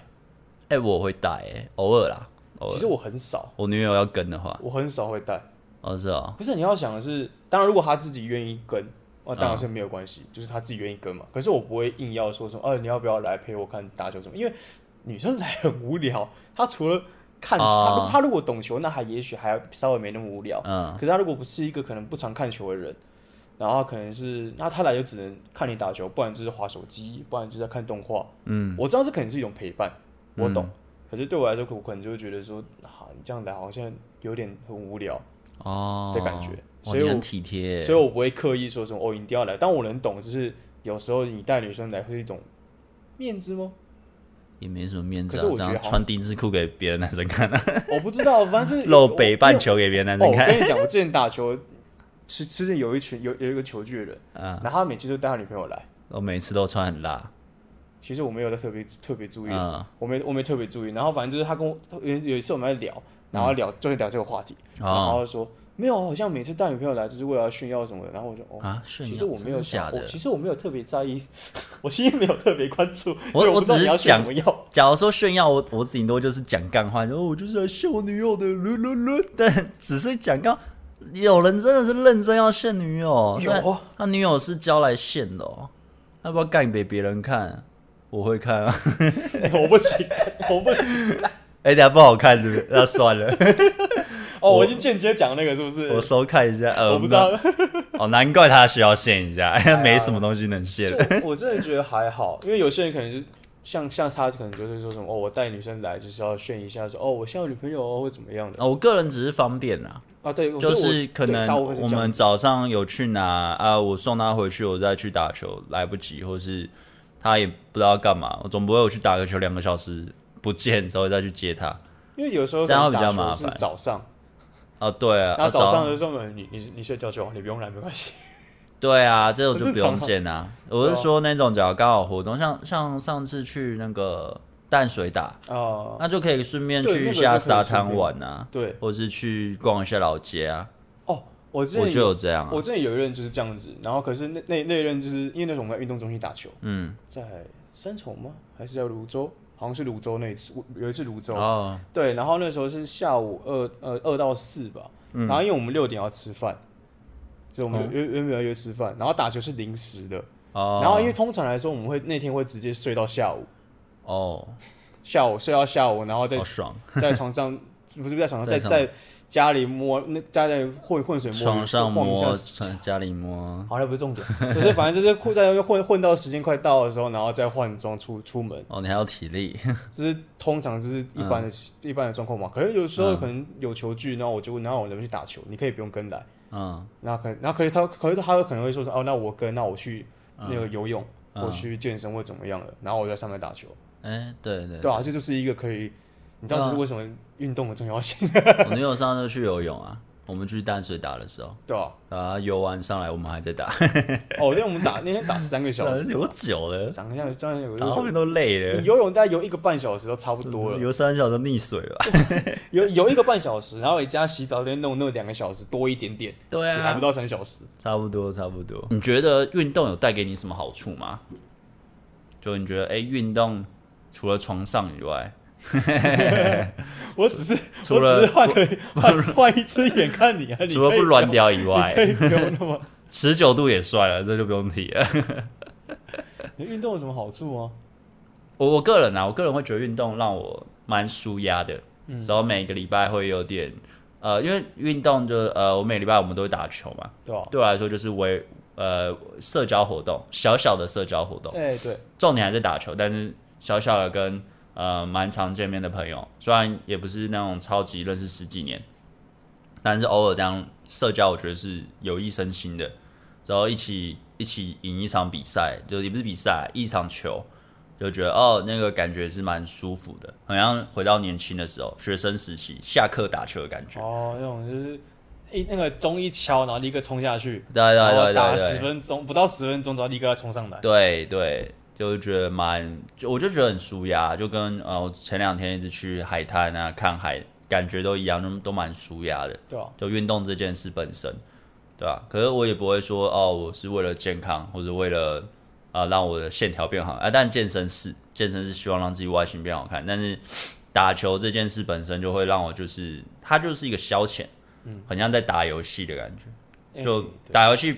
哎，我会打，哎，偶尔啦，偶
其
尔。
实我很少，
我女友要跟的话，
我很少会带。
哦，是哦，
不是你要想的是，当然如果他自己愿意跟，那当然是没有关系，就是他自己愿意跟嘛。可是我不会硬要说什么，呃，你要不要来陪我看打球什么？因为女生来很无聊，她除了看，
哦
她她如果懂球，那还也许还稍微没那么无聊。
嗯，
可是她如果不是一个可能不常看球的人，然后她可能是那她来就只能看你打球，不然就是划手机，不然就是在看动画。嗯，我知道这可能是一种陪伴，我懂。可是对我来说，我可能就会觉得说，啊，你这样来好像有点很无聊。
哦
的感觉
哇
所以
你
我
很体贴，
所以我不会刻意说什么哦，你一定要来。但我能懂，就是有时候你带女生来会是一种面子吗？
也没什么面子、啊，
可是我
这
觉得
样
好
穿丁字裤给别的男生看、啊，
我不知道，反 正
露北半
半。
球给别的男
哦，
生
我
看。
跟你讲，我之前打球，吃吃的有一群有有一个球具的人，
啊，
然后他每次都带他女朋友来。
我每次都穿很辣。
其实我没有在特别特别注意，
嗯，
我没我没特别注意。然后反正就是他跟我有有一次我们在聊，然后聊就是聊这个话题，然
嗯哦
后他说没有，好像每次带女朋友来就是为了要炫耀什么的。然后我就哦，
啊，炫耀。
其实我没
真
有
的假
想，我
的。
其实我没有特别在意， 我其实没有特别关注，
我
所以
我
不知道
只
你
是
要炫
讲
什么药。
假如说炫耀，我我顶多就是讲干话，然后我就是来炫我女友的，噜噜噜。 但只是讲干，有人真的是认真要炫女友，哦
有哦
但他女友是教来炫的哦，要不要干给别人看？我会看啊，
我不行，我不行。
哎、等下不好看是不是？那算了，
哦，我已经间接讲那个是不是？
我收看一下。呃，
我不知道，哎
哦，难怪他需要献一下，
呀
没什么东西能献
就。我我真的觉得还好，因为有些人可能就是像像他可能就是说什么哦，我带女生来就是要炫一下说哦，我现在有女朋友哦或怎么样的
啊，我个人只是方便啦，
啊，对，我
就
所以
是
我
可
对
能
大部分是
我
这样
们早上有去拿啊，我送他回去，我再去打球，来不及，或是他也不知道干嘛，我总不会我去打个球两个小时不见之后再去接他。
因为有时候
这样
可能
会比较
打球
麻
是
烦
早上，
哦，对啊，
然后
啊
早上就说嗯你你你睡觉就好，你不用来没 关系。
对啊，这种就
很
不
正常
用见啊。我是说那种只要刚好活动，像像上次去那个淡水打，
哦，
那就可以顺便
对那
去
个
一
就可
下
以
沙
顺
滩
便
玩啊，
对，
或是去逛一下老街啊，
哦，我之
我
前
就有这样啊。
我之前有一任就是这样子，然后可是那那那一任就是因为那时候我们在运动中心打球，
嗯，
在三重吗？还是在泸州？好像是泸州那一次，我有一次泸州，
哦，
对，然后那时候是下午二呃二到四吧，然后因为我们六点要吃饭，所以我们
嗯哦
约约原本要约吃饭，然后打球是临时的，
哦，
然后因为通常来说我们会那天会直接睡到下午，
哦，
下午睡到下午，然 后再
好爽，
在床上不是在床上
在
在
床
在家里摸那家里混混水摸鱼
床上
晃一下
摸，床家里摸，
好，那不是重点， 就是反正就是混在那边混混到时间快到的时候，然后再换装出出门，
哦，你还有体力，
就是通常就是一般
嗯
的、一般的状况嘛。可是有时候可能有球具，然后我就然后我人去打球，你可以不用跟来，
嗯，
那可然后可是他可是他可能会说是哦，那我跟那我去那个游泳，
嗯
我去健身或怎么样了，然后我在上面打球，
哎，对嗯对，
对啊，这就是一个可以，你知道这是为什么运动的重要性，
我女友上次去游泳啊，我们去淡水打的时候，
对吧、
啊，游完上来我们还在打，
哦，因为我们打那天打三个小 时，
游久了，
想一下，这样有
嗯打后面都累了
你，游泳大概游一个半小时都差不多了。
游三小时溺水了，
有有一个半小时，然后你加洗澡再弄那么两个小时多一点点，
对
你还不
啊，
到三小时。
差不多差不多。你觉得运动有带给你什么好处吗？就你觉得，哎，运动除了床上以外，
我只是
除
我
了
只是换个换换一只眼看你啊，你
除了
可以
不软屌以外
不，要，你可以不用那么。
持久度也帅了，这就不用提了。
你运动有什么好处哦吗？
我我个人啊，我个人会觉得运动让我蛮舒压的，然后每个礼拜会有点，呃，因为运动就呃，我每礼拜我们都会打球嘛，
对吧？
对我来说就是为呃社交活动，小小的社交活动，
哎，对，
重点还是打球，但是小小的跟呃蛮常见面的朋友，虽然也不是那种超级认识十几年，但是偶尔这样社交，我觉得是有益身心的。然后一起一起赢一场比赛，就也不是比赛，一场球，就觉得哦，那个感觉是蛮舒服的，好像回到年轻的时候，学生时期下课打球的感觉。
哦，那种就是一那个钟一敲，然后立刻冲下去，
对对
然
对啊
后打
对对，
十分钟不到十分钟，然后立刻要冲上来。
对对，就是觉得蛮，就我就觉得很舒压，就跟呃我前两天一直去海滩啊看海，感觉都一样，都都蛮舒压的。
对吧？
就运动这件事本身，对吧、可是我也不会说哦，我是为了健康或者为了啊、呃让我的线条变好啊。但健身是健身是希望让自己外形变好看，但是打球这件事本身就会让我就是它就是一个消遣，嗯，很像在打游戏的感觉。
哎
就
对
打游戏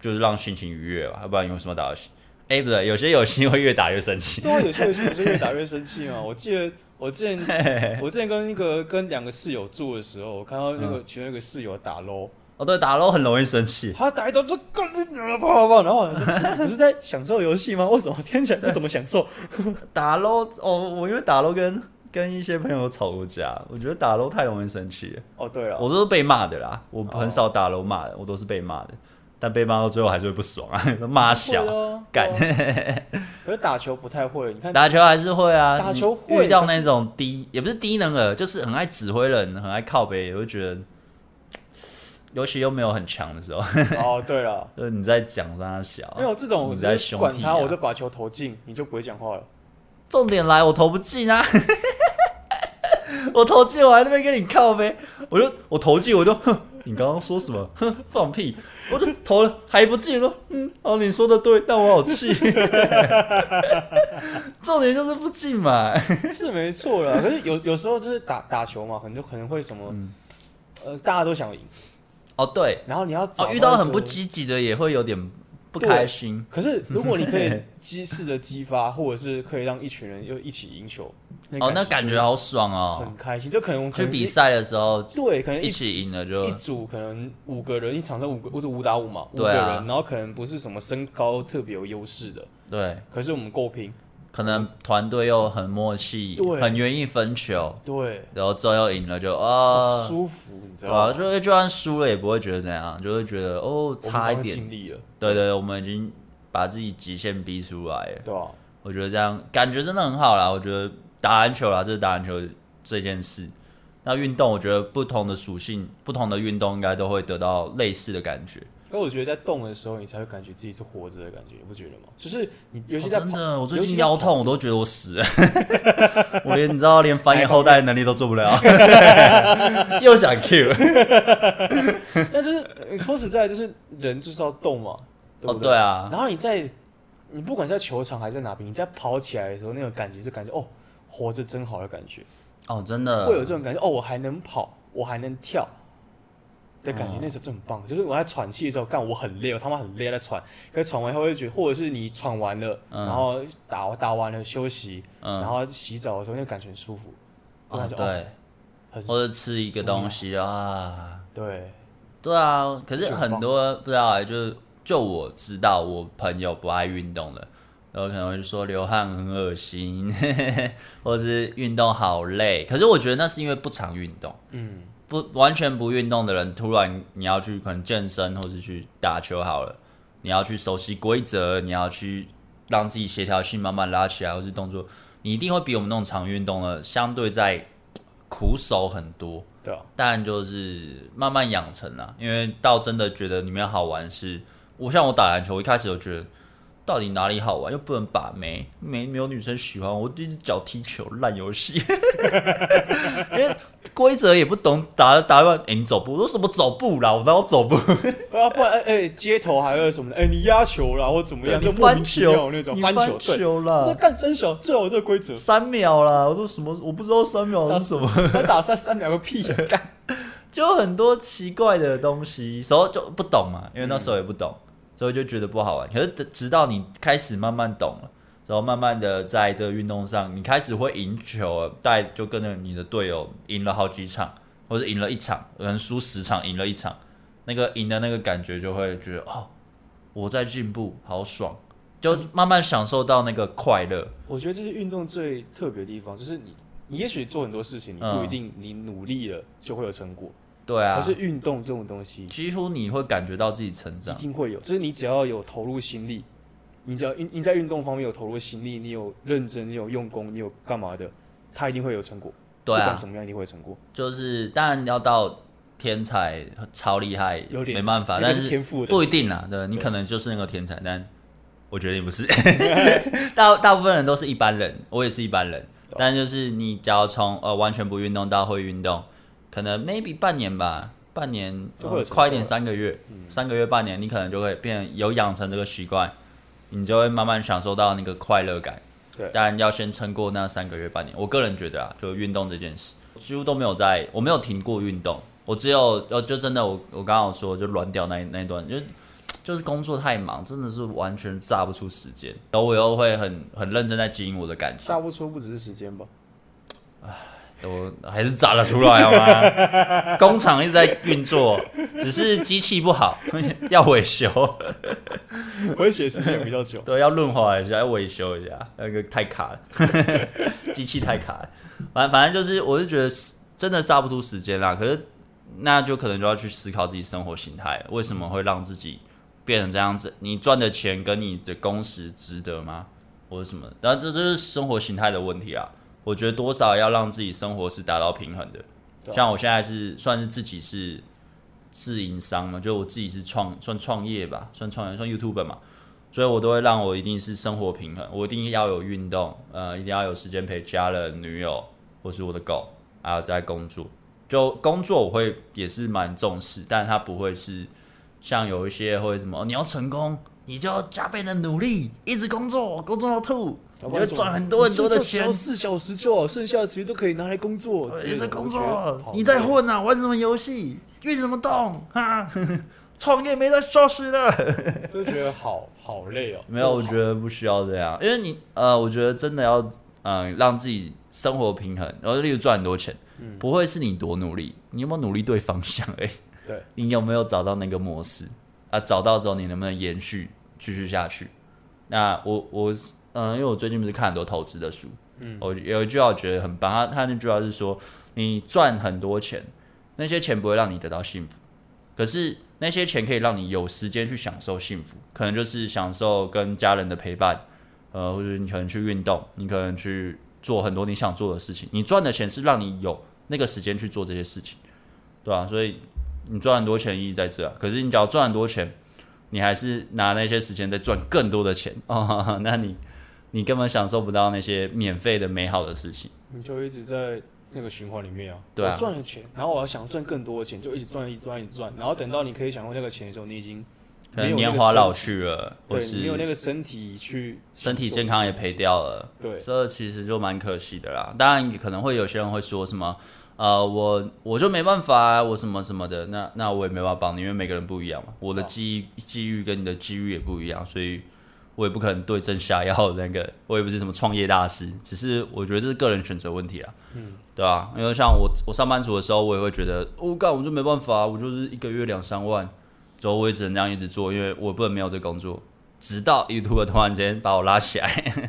就是让心情愉悦吧，要不然你为什么打游戏？哎、不对，有些游戏会越打越生气。
对啊，有些游戏不是越打越生气嘛？我记得我之前我之前跟那个跟两个室友住的时候，我看到那
嗯
个其中一个室友打 LO，
哦，对，打 LO 很容易生气。
他打一刀就干你啪啪啪，然后我说你是在享受游戏吗？为什么听起来不怎么享受？
打 LO 哦，我因为打 LO 跟跟一些朋友吵过架，我觉得打 LO 太容易生气了，哦
哦，对了，
我都是被骂的啦，我很少打 LO 骂的，我都是被骂的。但被骂到最后还是会不爽 啊，骂小
会啊
干。
对啊可是打球不太会，你 看
打球还是会啊，
打
你
球会
遇到
可是
那种低也不是低能儿，就是很爱指挥人，很爱靠北，我就觉得，尤其又没有很强的时候，
哦，对了，
就是你在讲让他小啊
没，有这种，我
你在
只是
凶
管
屁
他，
啊
我就把球投进，你就不会讲话了。
重点来我投不进啊， 我投进我还在那边跟你靠呗，我就我投进我就哼，你刚刚说什么？哼，放屁！我就投了还不进，我说嗯，哦你说的对，但我好气， 重点就是不进嘛，
是没错啦，可是有有时候就是打打球嘛，可能就可能会什么，
嗯
呃，大家都想赢，
哦对。
然后你要找
哦，遇到
一
很
个
不积极的也会有点不开心。
可是如果你可以激试着激发，或者是可以让一群人又一起赢球，
哦，那感觉好爽哦！
很开心。就可能我们可
去
能
比
是
赛的时候
对，可能
一
一
起赢了就
一组可能五个人，一场上五个或者五打五嘛，五个
对啊
人，然后可能不是什么身高特别有优势的，
对，
可是我们够拼，
可能团队又很默契，
对
很愿意分球，
对，
然后最后赢了就
很
哦，
舒服，你知
对
道吗？
吧？就就算输了也不会觉得怎样，就会觉得哦
我们
差
刚
一
刚
点。
尽力了，
对对对，我们已经把自己极限逼出来了。
对吧？
我觉得这样感觉真的很好啦。我觉得打篮球啦，这是打篮球这件事。那运动，我觉得不同的属性、不同的运动应该都会得到类似的感觉。
因为我觉得在动的时候，你才会感觉自己是活着的感觉，你不觉得吗？就是你，尤其
哦
在
真
跑，
的，我最
尤其
近
在
腰
跑
痛，我都觉得我死 了。我连你知道，连繁衍后代的能力都做不 了。又想 Q
但就是呃说实在，就是人就是要动嘛，
哦，
不
对啊，
然后你在你不管在球场还是在哪边，你在跑起来的时候，那种感觉就感觉哦，活着真好的感觉，
哦，真的
会有这种感觉哦，我还能跑，我还能跳的
嗯
感觉，那时候就很棒。就是我在喘气的时候，干我很累，我他妈很累在喘，可是喘完以后会觉得，或者是你喘完了，
嗯
然后打打完了休息，
嗯
然后洗澡的时候，那个感觉很舒服，我
哦
感觉哦
对，
很
或者吃一个东西啊，
对，
对啊，可
就是很
很
棒
多不知道、欸，就是就我知道我朋友不爱运动的，然后可能会说流汗很恶心， 或者是运动好累。可是我觉得那是因为不常运动，
嗯，
不完全不运动的人，突然你要去可能健身或是去打球好了，你要去熟悉规则，你要去让自己协调性慢慢拉起来，或是动作，你一定会比我们那种常运动的相对在苦手很多。
对啊，
但就是慢慢养成啦，因为到真的觉得里面好玩是，我像我打篮球，我一开始有觉得到底哪里好玩，又不能把妹，没没有女生喜欢我，我就一只脚踢球，烂游戏， 因为规则也不懂，打打乱，哎、你走步，我说什么走步啦，我哪有走步？
对啊，不然哎、哎街头还有什么的？哎、你压球啦，或怎么样，
你
就莫
翻
名其妙
球
那种
你
翻球，
翻
对，
球
这
啦，，
干三小，最好这个规则
三秒啦，我说什么，我不知道三秒是什么。
三打三三两个屁啊呀、干
就很多奇怪的东西，时候就不懂嘛，因为那时候也不懂，所以就觉得不好玩。可是等直到你开始慢慢懂了，然后慢慢的在这个运动上，你开始会赢球了，带就跟着你的队友赢了好几场，或者赢了一场，可能输十场，赢了一场，那个赢的那个感觉就会觉得哦，我在进步，好爽，就慢慢享受到那个快乐。
我觉得这是运动最特别的地方，就是你，你也许做很多事情，你不
嗯
一定你努力了就会有成果，
对啊
可，是运动这种东西
几乎你会感觉到自己成
一
长。
定会有，就是你只要有投入心力，你只要你你在运动方面有投入心力，你有认真，你有用功，你有干嘛的，它一定会有成果，
对
不
啊
管，怎么样一定会有成果，
就是当然要到天才超厉害，
有点
没办法，
那
但
个是天赋的
不一定啦。对，你可能就是那个天才，但我觉得你不 是。大大部分人都是一般人，我也是一般人，但就是你只要从呃完全不运动到会运动，可能 maybe 半年吧，半年、
就会有嗯
呃
成就
快一点三个月，三个月半年，你可能就会变有养成这个习惯，你就会慢慢享受到那个快乐感。
对
但要先撑过那三个月半年。我个人觉得啊，就运动这件事，几乎都没有在，我没有停过运动，我只有呃，就真的我我刚刚有说就软掉那一那一段，就是就是工作太忙，真的是完全榨不出时间。然后我又会很很认真在经营我的感情，
大不出不只是时间吧。
我还是炸了出来好吗？工厂一直在运作，只是机器不好， 要维修，。
我写时间比较久
对，要润滑一下，要维修一下，那个太卡了，机器太卡了。反反正就是，我是觉得是真的杀不出时间啦。可是那就可能就要去思考自己生活形态，为什么会让自己变成这样子，你赚的钱跟你的工时值得吗，或者什么？然后这就是生活形态的问题啊。我觉得多少要让自己生活是达到平衡的。
对啊
像我现在是算是自己是自营商嘛，就我自己是创算创业吧，算创业算 YouTube 嘛，所以我都会让我一定是生活平衡，我一定要有运动，呃，一定要有时间陪家人、女友或是我的狗，还有在工作。就工作我会也是蛮重视，但它不会是像有一些会什么、哦你要成功，你就要加倍的努力，一直工作，工作到吐， 你会赚很多很多的钱。
四小时就好，剩下的时间都可以拿来工作。之类
你
的
在呃工
我
作
觉得，
你在
好累
混啊，玩什么游戏，运什么 动啊？创业没在消失的。
就觉得好好累哦。
没有，
就
我觉得不需要这样，因为你呃，我觉得真的要呃让自己生活平衡，然后例如赚很多钱，不会是你多努力，你有没有努力对方向、欸？
对，
你有没有找到那个模式啊？找到之后，你能不能延续继续下去？那我我嗯、因为我最近不是看很多投资的书，嗯，我有一句话我觉得很棒，他他那句话是说，你赚很多钱，那些钱不会让你得到幸福，可是那些钱可以让你有时间去享受幸福，可能就是享受跟家人的陪伴，呃，或者你可能去运动，你可能去做很多你想做的事情。你赚的钱是让你有那个时间去做这些事情，对吧、所以你赚很多钱意义在这啊。可是你只要赚很多钱，你还是拿那些时间在赚更多的钱 哦，那你你根本享受不到那些免费的美好的事情。
你就一直在那个循环里面啊。
对啊
我赚了钱，然后我要想赚更多的钱，就一直赚，一直赚，一直赚，然后等到你可以享受那个钱的时候，你已经
可
没有
能
那个
年华老
身
去了，或
对，你没有那
是
个身体去
身体
享受
健康也赔掉了，
对，
这其实就蛮可惜的啦。当然，可能会有些人会说什么，呃，我我就没办法、啊，我什么什么的，那那我也没办法帮你，因为每个人不一样嘛。我的
哦
机机遇跟你的机遇也不一样，所以我也不可能对症下药。那个我也不是什么创业大师，只是我觉得这是个人选择问题啊。嗯，对啊，因为像我我上班族的时候，我也会觉得，我、干我就没办法啊、我就是一个月两三万，之后我也只能这样一直做，因为我不能没有这工作。直到 YouTube 突然间把我拉起来，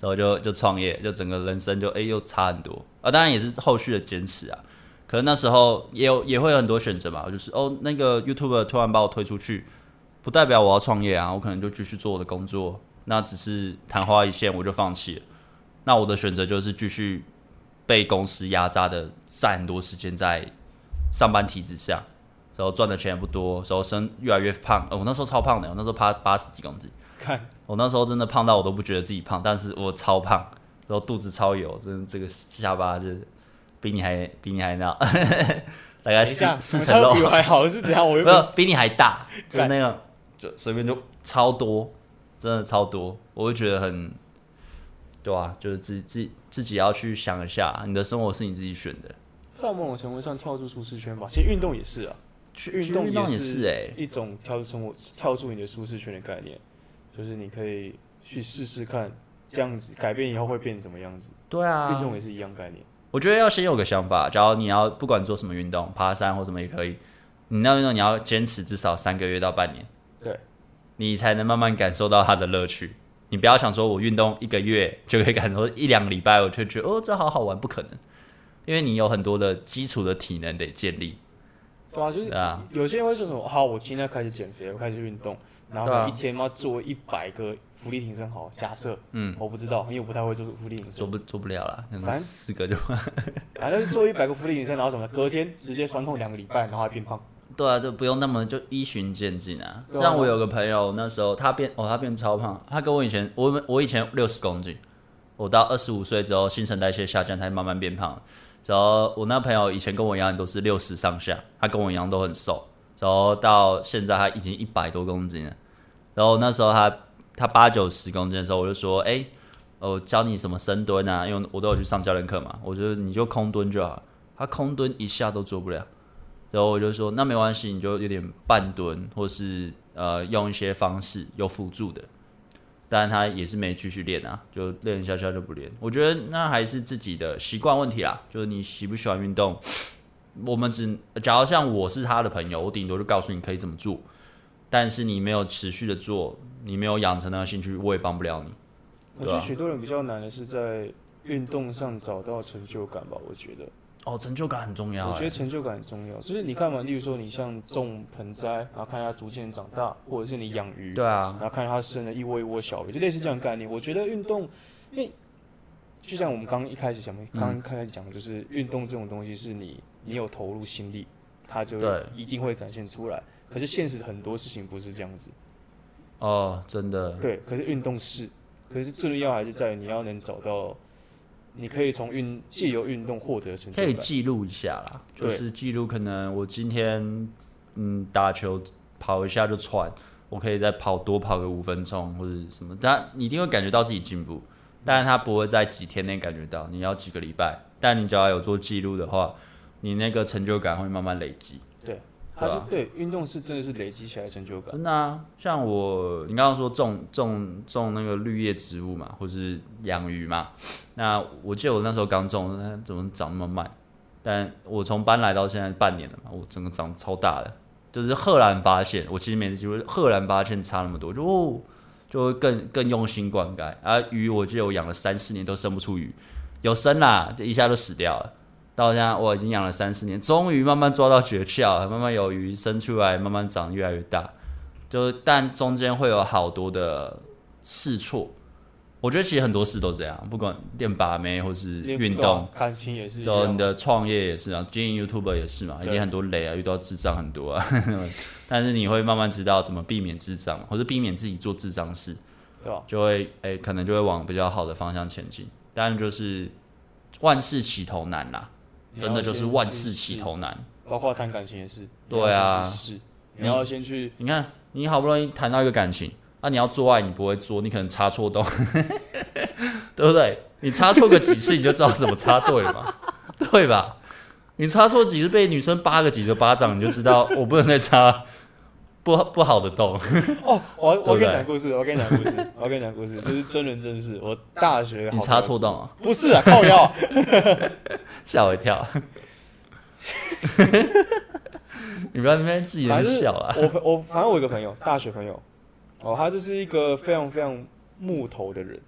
然后就就创业，就整个人生就哎、又差很多啊。当然也是后续的坚持啊。可能那时候也有也会有很多选择嘛，就是哦那个 YouTube 突然把我推出去，不代表我要创业啊，我可能就继续做我的工作，那只是昙花一现，我就放弃了。那我的选择就是继续被公司压榨的，占很多时间在上班体制下，然后赚的钱也不多，然后身越来越胖。呃，我那时候超胖的，我那时候八八十几公斤。
看
我那时候真的胖到我都不觉得自己胖，但是我超胖，然后肚子超油，真的这个下巴就是比你还比你还那， 大概
等一
四
下，
四
啊我
层肉
比，我还好是怎样？我又
没有比你还大，就
干
那样，就随便就超多，真的超多，我就觉得很，对啊，就是自己自己自己要去想一下，你的生活是你自己选的，
到某种程度上跳出舒适圈吧。其实运动也是啊，
去
运
去
动
运动
也
也
是
是哎、欸
一种跳出生活、跳出你的舒适圈的概念，就是你可以去试试看，这样子改变以后会变怎么样子。
对啊，
运动也是一样概念，
我觉得要先有个想法，假如你要不管做什么运动，爬山或什么也可以，你那运动你要坚持至少三个月到半年，
对，
你才能慢慢感受到它的乐趣。你不要想说我运动一个月就可以感受一两个礼拜，我就觉得哦这好好玩，不可能，因为你有很多的基础的体能得建立，
对啊，就
对
是
啊，
有些人会说什么，好，我今天开始减肥，我开始运动，然
对
后
啊
一天妈做一百个俯卧撑，好，假设，
嗯，
我不知道，因为我不太会做俯卧撑，
做不做不了啦，可能
反正
四个就
反正做一百个福利女生，然后什么，隔天直接酸痛两个礼拜，然后还变胖。
对啊，就不用那么就依循渐进啊。
对啊
像我有个朋友，那时候他变哦，他变超胖，他跟我以前我们我以前六十公斤，我到二十五岁之后新陈代谢下降才慢慢变胖。然后我那朋友以前跟我一样都是六十上下，他跟我一样都很瘦，然后到现在他已经一百多公斤了。然后那时候他他八九十公斤的时候，我就说，哎、我教你什么深蹲啊，因为我都有去上教练课嘛，我觉得你就空蹲就好。他空蹲一下都做不了，然后我就说那没关系，你就有点半蹲，或是呃用一些方式有辅助的。但他也是没继续练啊，就练一下下就不练。我觉得那还是自己的习惯问题啦，就是你喜不喜欢运动。我们只假如像我是他的朋友，我顶多就告诉你可以怎么做，但是你没有持续的做，你没有养成那个兴趣，我也帮不了你。啊
我觉得许多人比较难的是在运动上找到成就感吧，我觉得。
哦，成就感很重要
我觉
欸。
得成就感很重要，就是你看嘛，例如说你像种盆栽，然后看它逐渐长大，或者是你养鱼，
对啊，
然后看它生了一窝一窝小鱼，就类似这样的概念。我觉得运动，因为就像我们刚刚一开始讲，刚
嗯
刚开始讲的就是运动这种东西，是你你有投入心力，它就
对
一定会展现出来。可是现实很多事情不是这样子，
哦，真的，
对，可是运动是，可是最重要还是在于你要能找到，你可以从运借由运动获得成就
可以
感。
记录一下啦，就
对
是记录可能我今天嗯打球跑一下就喘，我可以再跑多跑个五分钟或者什么，但你一定会感觉到自己进步，但是他不会在几天内感觉到，你要几个礼拜，但你只要有做记录的话，你那个成就感会慢慢累积。
它是对运动是真的是累积起来的成就感。
真的啊，像我，你刚刚说种种种那个绿叶植物嘛，或是养鱼嘛，那我记得我那时候刚种，它怎么长那么慢？但我从搬来到现在半年了嘛，我整个长超大的，就是赫然发现，我其实每次就会赫然发现差那么多，就哦，就会更更用心灌溉。啊，鱼我记得我养了三四年都生不出鱼，有生啦，这一下就死掉了。到现在我已经养了三四年，终于慢慢抓到诀窍了，慢慢有鱼生出来，慢慢长越来越大。就但中间会有好多的试错，我觉得其实很多事都这样，不管练把妹或是运动，、
感情也是一
就
样
你。的创业也是啊，经营 YouTube 也是嘛，一
对
定很多雷啊，遇到智障很多啊。 但是你会慢慢知道怎么避免智障，或者避免自己做智障事，
对吧？
就会哎、可能就会往比较好的方向前进。但就是万事起头难啦，真的就是万事起头难。
包括谈感情也是。
对啊
是，你要先去，
你看，你好不容易谈到一个感情，啊，你要做爱你不会做，你可能插错洞， 对不对？你插错个几次你就知道怎么插对了嘛， 对吧？你插错几次被女生扒个几个巴掌，你就知道我不能再插不不好的洞。
哦，我
嗯对
我
不对
跟你讲故事，我跟你讲故 事，我跟你讲故事，就是真人真事。我大学
你
好
插
朋
错
友
洞啊，
不是啊，靠 腰。
吓我一 跳。你不要在那边自己
反
人
正
笑啊！
我我反正我有一个朋友，大学朋友，哦，他就是一个非常非常木头的人，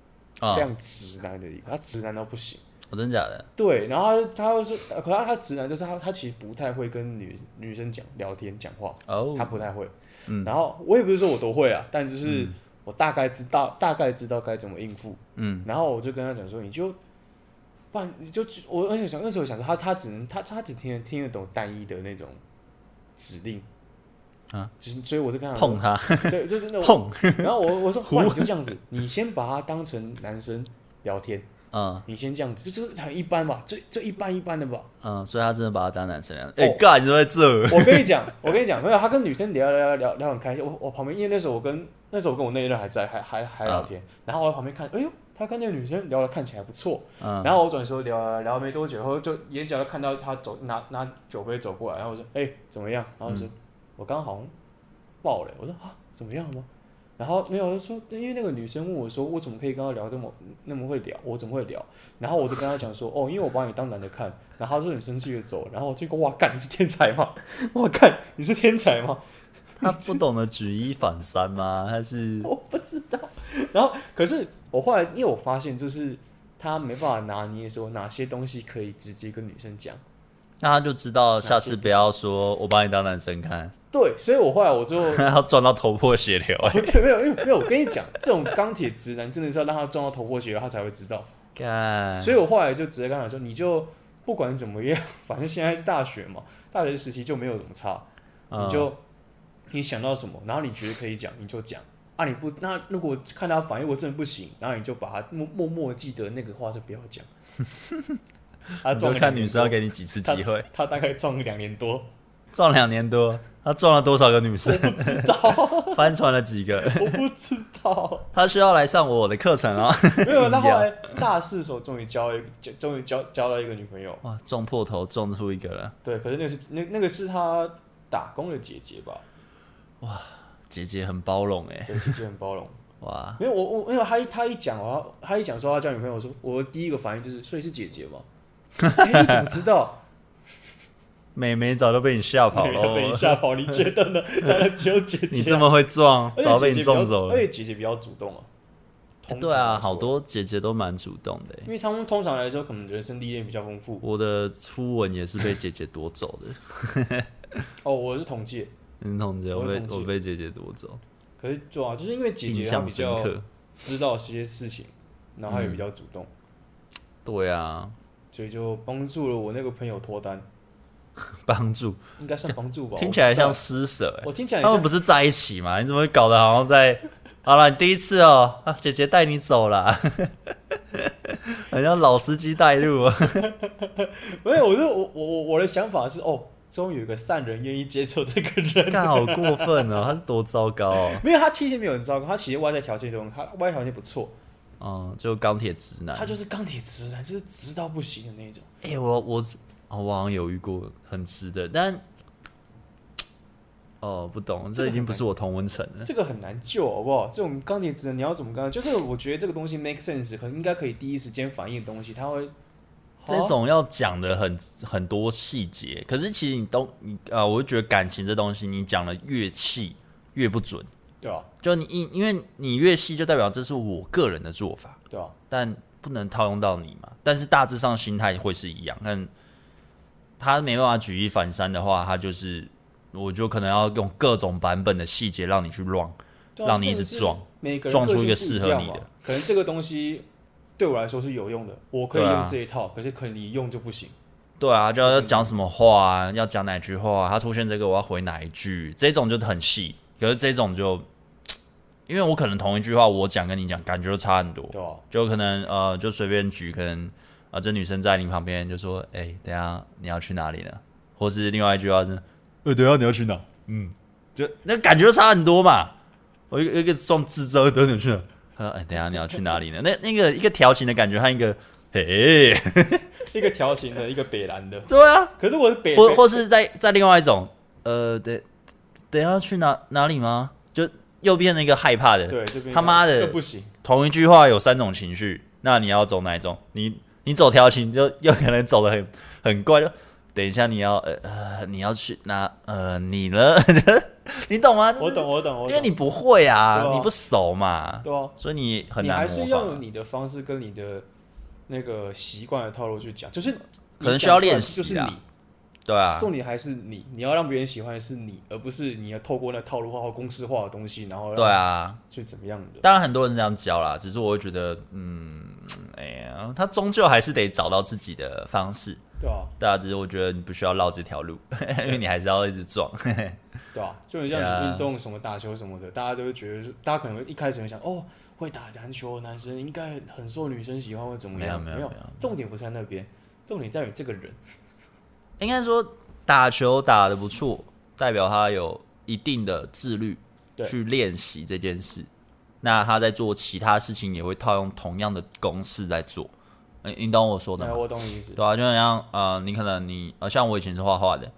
啊
非，常直男的一个，他直男到不行。
我真假的？
对，然后他他又是，可他他直男就是他他其实不太会跟女女生讲聊天讲话，
哦
他，不太会。
嗯
然后我也不是说我都会啊，但就是我大概知道大概知道该怎么应付。
嗯，
然后我就跟他讲说，你就，不然你就我而且想那时候想说他他只能他他只听得听得懂单一的那种指令
啊，
就是所以我就跟他说
碰他，嗯
对，就是 那种。
碰，
然后我我说，不然你就这样子，你先把他当成男生聊天，
嗯
你先这样子，就就是很一般吧，最最一般一般的吧。
嗯，所以他真的把他当男生聊。哎，干，你怎么在这？
我跟你讲，我跟你讲，没有他跟女生聊聊聊聊很开心。我我旁边，因为那时候我跟那时候我跟我那一任还在，还还还聊天。然后我在旁边看，哎呦，他跟那个女生聊的看起来不错。
嗯
然后我转头聊聊聊没多久，然后就眼角就看到他走拿拿酒杯走过来，然后我说，哎、怎么样？然后我说，我刚好像爆了。我说啊，怎么样吗？然后没有，我就说，因为那个女生问我说，我怎么可以跟她聊这么那么会聊？我怎么会聊？然后我就跟她讲说，哦，因为我把你当男的看。然后她就很生气的走。然后我这个，哇干，你是天才吗？ 哇干，你是天才吗？
他不懂得举一反三吗？他是
我不知道。然后，可是我后来，因为我发现，就是他没办法拿捏说哪些东西可以直接跟女生讲。
那他就知道下次不要说我把你当男生看，，
对，所以我后来我 就
他要撞到头破血流。
我就没有，因为没有，我跟你讲，这种钢铁直男真的是要让他撞到头破血流，他才会知道。
干，
所以我后来就直接跟他说，你就不管怎么样，反正现在是大学嘛，大学时期就没有怎么差，
嗯
你就、你想到什么，然后你觉得可以讲，你就讲。啊，你不那如果看他反应，我真的不行，然后你就把他默默默地记得那个话就不要 讲。他
你就
撞了
看
两
女
年
生要
多
给你几次机会，
他大概撞了两年多，
撞两年多，他撞了多少个女生？ 翻船了几个？
我不知道。
他需要来上我的课程啊！
没有，他后来大四的时候终于交了一个，就终于交交到一个女朋友。
哇，撞破头，撞出一个了。
对，可是那是那那个是他打工的姐姐吧？
姐姐很包容哎、
对，姐姐很包容。
哇，
没有，我我没有，他一他一讲啊，他一讲说他交女朋友，我说我第一个反应就是，所以是姐姐吗？ 哎你怎么 知道？
美眉早都被你吓 跑
女的被你
喽！
吓跑，你觉得 呢？当然只有姐
你
姐
这，么会撞，
而且
早被
姐姐
你
比较哎
撞走
而
了。
且姐姐比较主动啊，通常
对啊，
来说
好，多姐姐都蛮主动的欸。
因为他们通常来说可能人生历练比较丰富。
我的初吻也是被姐姐夺走的，
哦，我是统计，
你同姐，我
我是
被
同届
我被姐姐夺走，
可是对啊，就是因为姐
印
姐她
象
比
深
较
刻。
知道这些事情，然后她也比较主动，
嗯对啊，
所以就帮助了我那个朋友脱单，
帮助
应该算帮助吧。
听起来像
我
施舍欸
不知道，我听起来
他们
像
不是在一起吗？你怎么会搞得好像在？ 好了，你第一次哦、啊，姐姐带你走啦， 好像老司机带路啊。
没有，我就我我我的想法是哦，终于有个善人愿意接受 这个人。
干好过分哦、他是多糟糕哦、
没有，他其实没有很糟糕，他其实外在条件都很，他外在条件不错，
嗯，就钢铁直男
他。就是钢铁直男，就是直到不行的那种。
哎、我我哦我好像有遇过很直的，但哦不懂，
这
这
个
已经
很
不是我同温层了。
这个很难救，好不好？这种钢铁直男你要怎么干？就是我觉得这个东西 make sense，很应该可以第一时间反应的东西，他会哦
这种要讲的很很多细节，可是其实你都你呃，我就觉得感情这东西，你讲的越细越不准。
对啊吧、
就你因因为你越细，就代表这是我个人的做法，
对啊吧、
但不能套用到你嘛。但是大致上心态会是一样，但他没办法举一反三的话，他就是我就可能要用各种版本的细节让你去乱，
对啊
让你一直撞，
每个人
撞出
个性
一个
不
适合
样
你
嘛
的。
可能这个东西对我来说是有用的，我可以
对啊
用这一套，可是可能你用就不行。
对啊，就要讲什么话啊，要讲哪句话啊、他出现这个我要回哪一句，这种就很细。可是这种就，因为我可能同一句话我讲跟你讲，感觉就差很多。
对吧、
就可能呃，就随便举，可能啊、呃，这女生在你旁边就说：“哎、等一下你要去哪里呢？”或是另外一句话是：“呃，等一下你要去哪？”嗯，就那感觉就差很多嘛。我一个一个撞智障，等等去哪？他说：“哎、等一下你要去哪里呢？”那那个一个调情的感觉和一个嘿，
一个调情的，一个北蓝的。
对啊，
可是我是北，
或
北
或是在在另外一种，呃，等等一下去哪哪里吗？就又变成一个害怕的，
对这边
他妈的
这不行，
同一句话有三种情绪，那你要走哪一种？你你走调情就有可能走的很很怪，就等一下你要呃呃你要去哪呃你呢？ 你懂吗？就是
我懂，我懂，我
因
懂。
为你不会啊，
对啊
你不熟嘛，
对啊，
所以你很
你
难
还
模
是
仿啊
用。你的方式跟你的那个习惯的套路去讲，就是你
可能需要
讲出来
练习
就是
啊
你
对啊，
重点还是你，你要让别人喜欢的是你，而不是你要透过那套路化或公式化的东西，然后
对
让
啊，
去怎么样的。
当然很多人这样教啦，只是我会觉得，嗯，哎呀，他终究还是得找到自己的方式。
对啊，
对啊，只是我觉得你不需要绕这条路， 因为你还是要一直撞。
对啊，就很
对啊
像你运动什么打球什么的，大家都会觉得，大家可能会一开始会想，哦，会打篮球的男生应该很受女生喜欢，或怎么样？
没
没
有没有没有
重点不在那边，重点在于这个人。
应该说打球打得不错，代表他有一定的自律
对
去练习这件事。那他在做其他事情也会套用同样的公式来做，呃你懂我说的
哎，
吗？
我懂你意思。
对啊，就很像呃，你可能你呃，像我以前是画画的，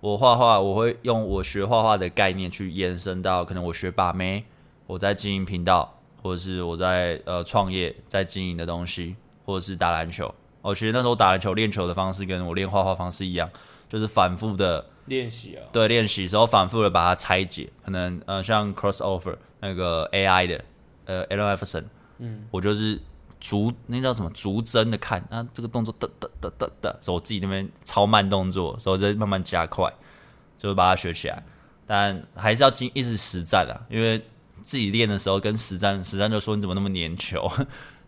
我画画我会用我学画画的概念去延伸到可能我学把妹，我在经营频道，或者是我在呃创业在经营的东西，或者是打篮球。我、其实那时候打篮球练球的方式跟我练画画方式一样，就是反复的
练习啊，
对练习时候反复的把它拆解，可能呃像 crossover 那个 AI 的呃 Alan Iverson，嗯，我就是逐那叫什么逐帧的看，啊这个动作哒哒哒哒哒，所以我自己那边超慢动作，所以我就慢慢加快，就是把它学起来，但还是要经一直实战啊，因为自己练的时候跟实战，实战就说你怎么那么粘球，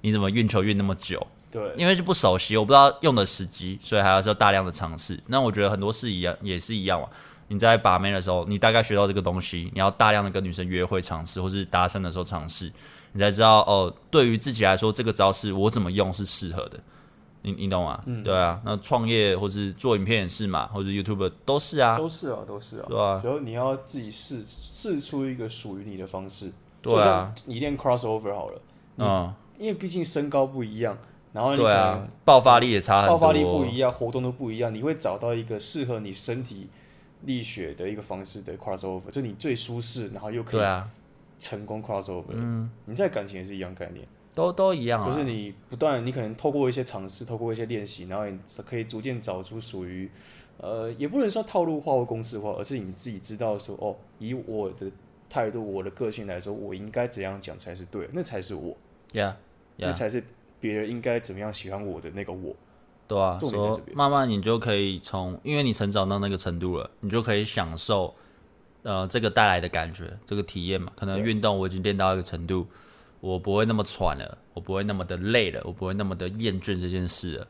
你怎么运球运那么久，
对，
因为就不熟悉，我不知道用的时机，所以还是要大量的尝试。那我觉得很多事一样，也是一样嘛。你在把妹的时候，你大概学到这个东西，你要大量的跟女生约会尝试，或是搭讪的时候尝试，你才知道哦，对于自己来说，这个招式我怎么用是适合的。你你懂吗？对啊，那创业或是做影片也是嘛，或是 YouTube 都是啊，
都是啊，都是啊。
对啊，
然后你要自己试试出一个属于你的方式。
对啊，，
你练 crossover 好了，
嗯，
因为毕竟身高不一样，然后你
对
可
啊
能，
爆发力也差很多，
爆发力不一样，活动都不一样，你会找到一个适合你身体力学的一个方式的 crossover，就你最舒适，然后又可
对
以
啊，
成功 crossover。嗯，你在感情也是一样概念，
都都一样啊，
就是你不断，你可能透过一些尝试，透过一些练习，然后你可以逐渐找出属于。呃，也不能说套路化或公式化，而是你自己知道说，哦，以我的态度、我的个性来说，我应该怎样讲才是对的，那才是我。
呀
那
呀，
才是别人应该怎么样喜欢我的那个我。
对啊，
重点在
说
这边
慢慢你就可以从，因为你成长到那个程度了，你就可以享受呃这个带来的感觉，这个体验嘛。可能
对
运动我已经练到一个程度，我不会那么喘了，我不会那么的累了，我不会那么的厌倦这件事了，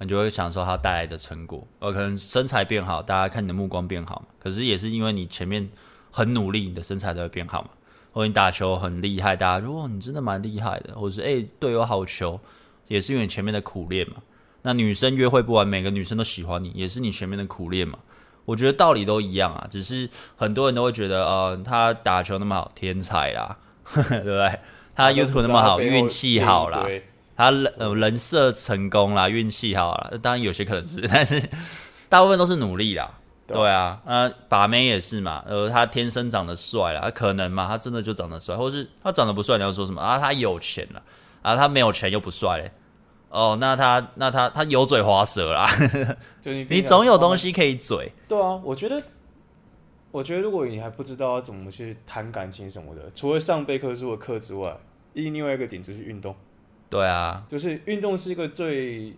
你就会享受它带来的成果。呃，可能身材变好，大家看你的目光变好嘛，可是也是因为你前面很努力，你的身材才会变好嘛。或者你打球很厉害，大家说哇你真的蛮厉害的，或者是哎、队友好球，也是因为你前面的苦练嘛。那女生约会不完，每个女生都喜欢你，也是你前面的苦练嘛。我觉得道理都一样啊，只是很多人都会觉得，呃，他打球那么好，天才啦， 对不对？他 YouTube 那么好，运气好啦，
对，
他人呃人设成功啦，运气好啦，当然有些可能是， 但是大部分都是努力啦。
对
对啊，呃，把妹也是嘛，呃，他天生长得帅啦，可能嘛，他真的就长得帅，或是他长得不帅，你要说什么啊？他有钱啦，啊，他没有钱又不帅嘞，哦，那他那他他油嘴滑舌啦，
就你
你总有东
西。
西可以嘴，
对啊，我觉得，我觉得如果你还不知道怎么去谈感情什么的，除了上备课书的课之外，另外一个点就是运动，
对啊，
就是运动是一个最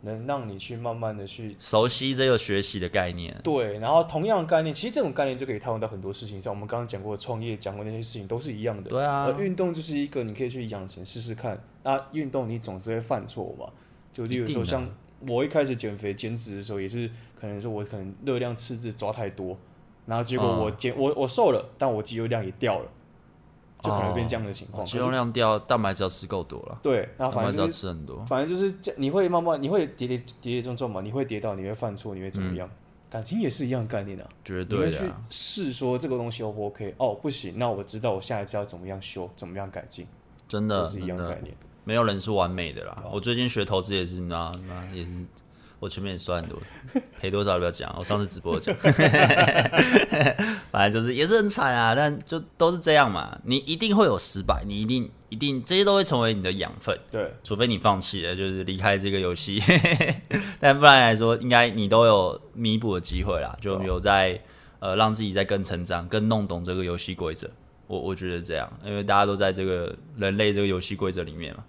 能让你去慢慢的去
熟悉这个学习的概念，
对，然后同样的概念，其实这种概念就可以套用到很多事情上。我们刚刚讲过的创业，讲过那些事情都是一样的。
对啊
而，呃运动就是一个你可以去养成试试看。那运动你总是会犯错嘛，就例如
一定
说
的
像我一开始减肥减脂的时候，也是可能说我可能热量赤字抓太多，然后结
啊
果我减、我我瘦了，但我肌肉量也掉了，就可能会变这样的情况。
哦肌肉量掉，蛋白质要吃够多了，
对，然
蛋
后反
白
正
质
就
要
是
吃很多，
反正就是这，你会慢慢你会跌跌跌跌撞撞嘛，你会跌倒，你会犯错，你会怎么样？感情也是一样概念啊。
绝
你会
嗯对的
去
啊、
试说这个东西 O 不 OK？哦，不行，那我知道我下一次要怎么样修，怎么样改进，
真
都
的，
是一
真
样
的。
概念。
没有人是完美的啦。我最近学投资也是，你知道吗？也是，我前面也算很多， 赔多少都不要讲。我上次直播有讲， 反正就是也是很惨啊，但就都是这样嘛。你一定会有失败，你一定一定这些都会成为你的养分，
对，
除非你放弃了，就是离开这个游戏。 但不然来说，应该你都有弥补的机会啦，
啊
就有在呃让自己在更成长、更弄懂这个游戏规则。我我觉得这样，因为大家都在这个人类这个游戏规则里面嘛。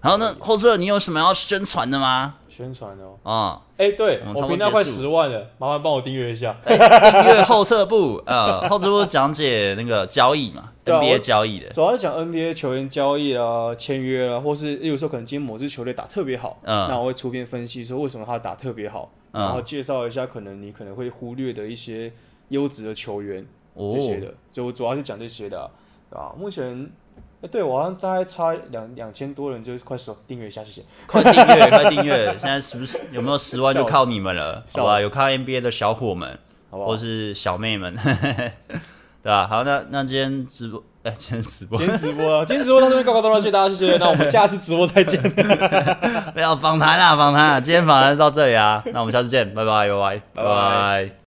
然后呢，后侧你有什么要宣传的吗？
宣传哦。
啊、
哎、对
我们差
我
不多
频道快
结束
十万了，麻烦帮我订阅一下。
订阅后侧部，呃， 后侧部讲解那个交易嘛
对啊
，NBA
我
交易的，
主要是讲 NBA 球员交易啊、签约啊，或是例如说可能今天某支球队打特别好，
嗯
那我会出片分析说为什么他打特别好，
嗯
然后介绍一下可能你可能会忽略的一些优质的球员
哦
这，些的，就我主要是讲这些的啊。对啊目前，哎，对我好像大概差两两千多人，就是快手订阅一下，谢谢。
快订阅，快订阅！现在是不是有没有十万就靠你们了？
笑死
好吧，有看 NBA 的小伙们，
好不好
或是小妹们， 对吧、好，那那今天直播， 哎、今天直播
今天直播啊，今天直播到这边告告段落，谢谢大家，谢谢。那我们下次直播再见，
啊不要访谈啦，访谈啦，今天访谈到这里啊，那我们下次见，拜拜，拜拜，
拜拜。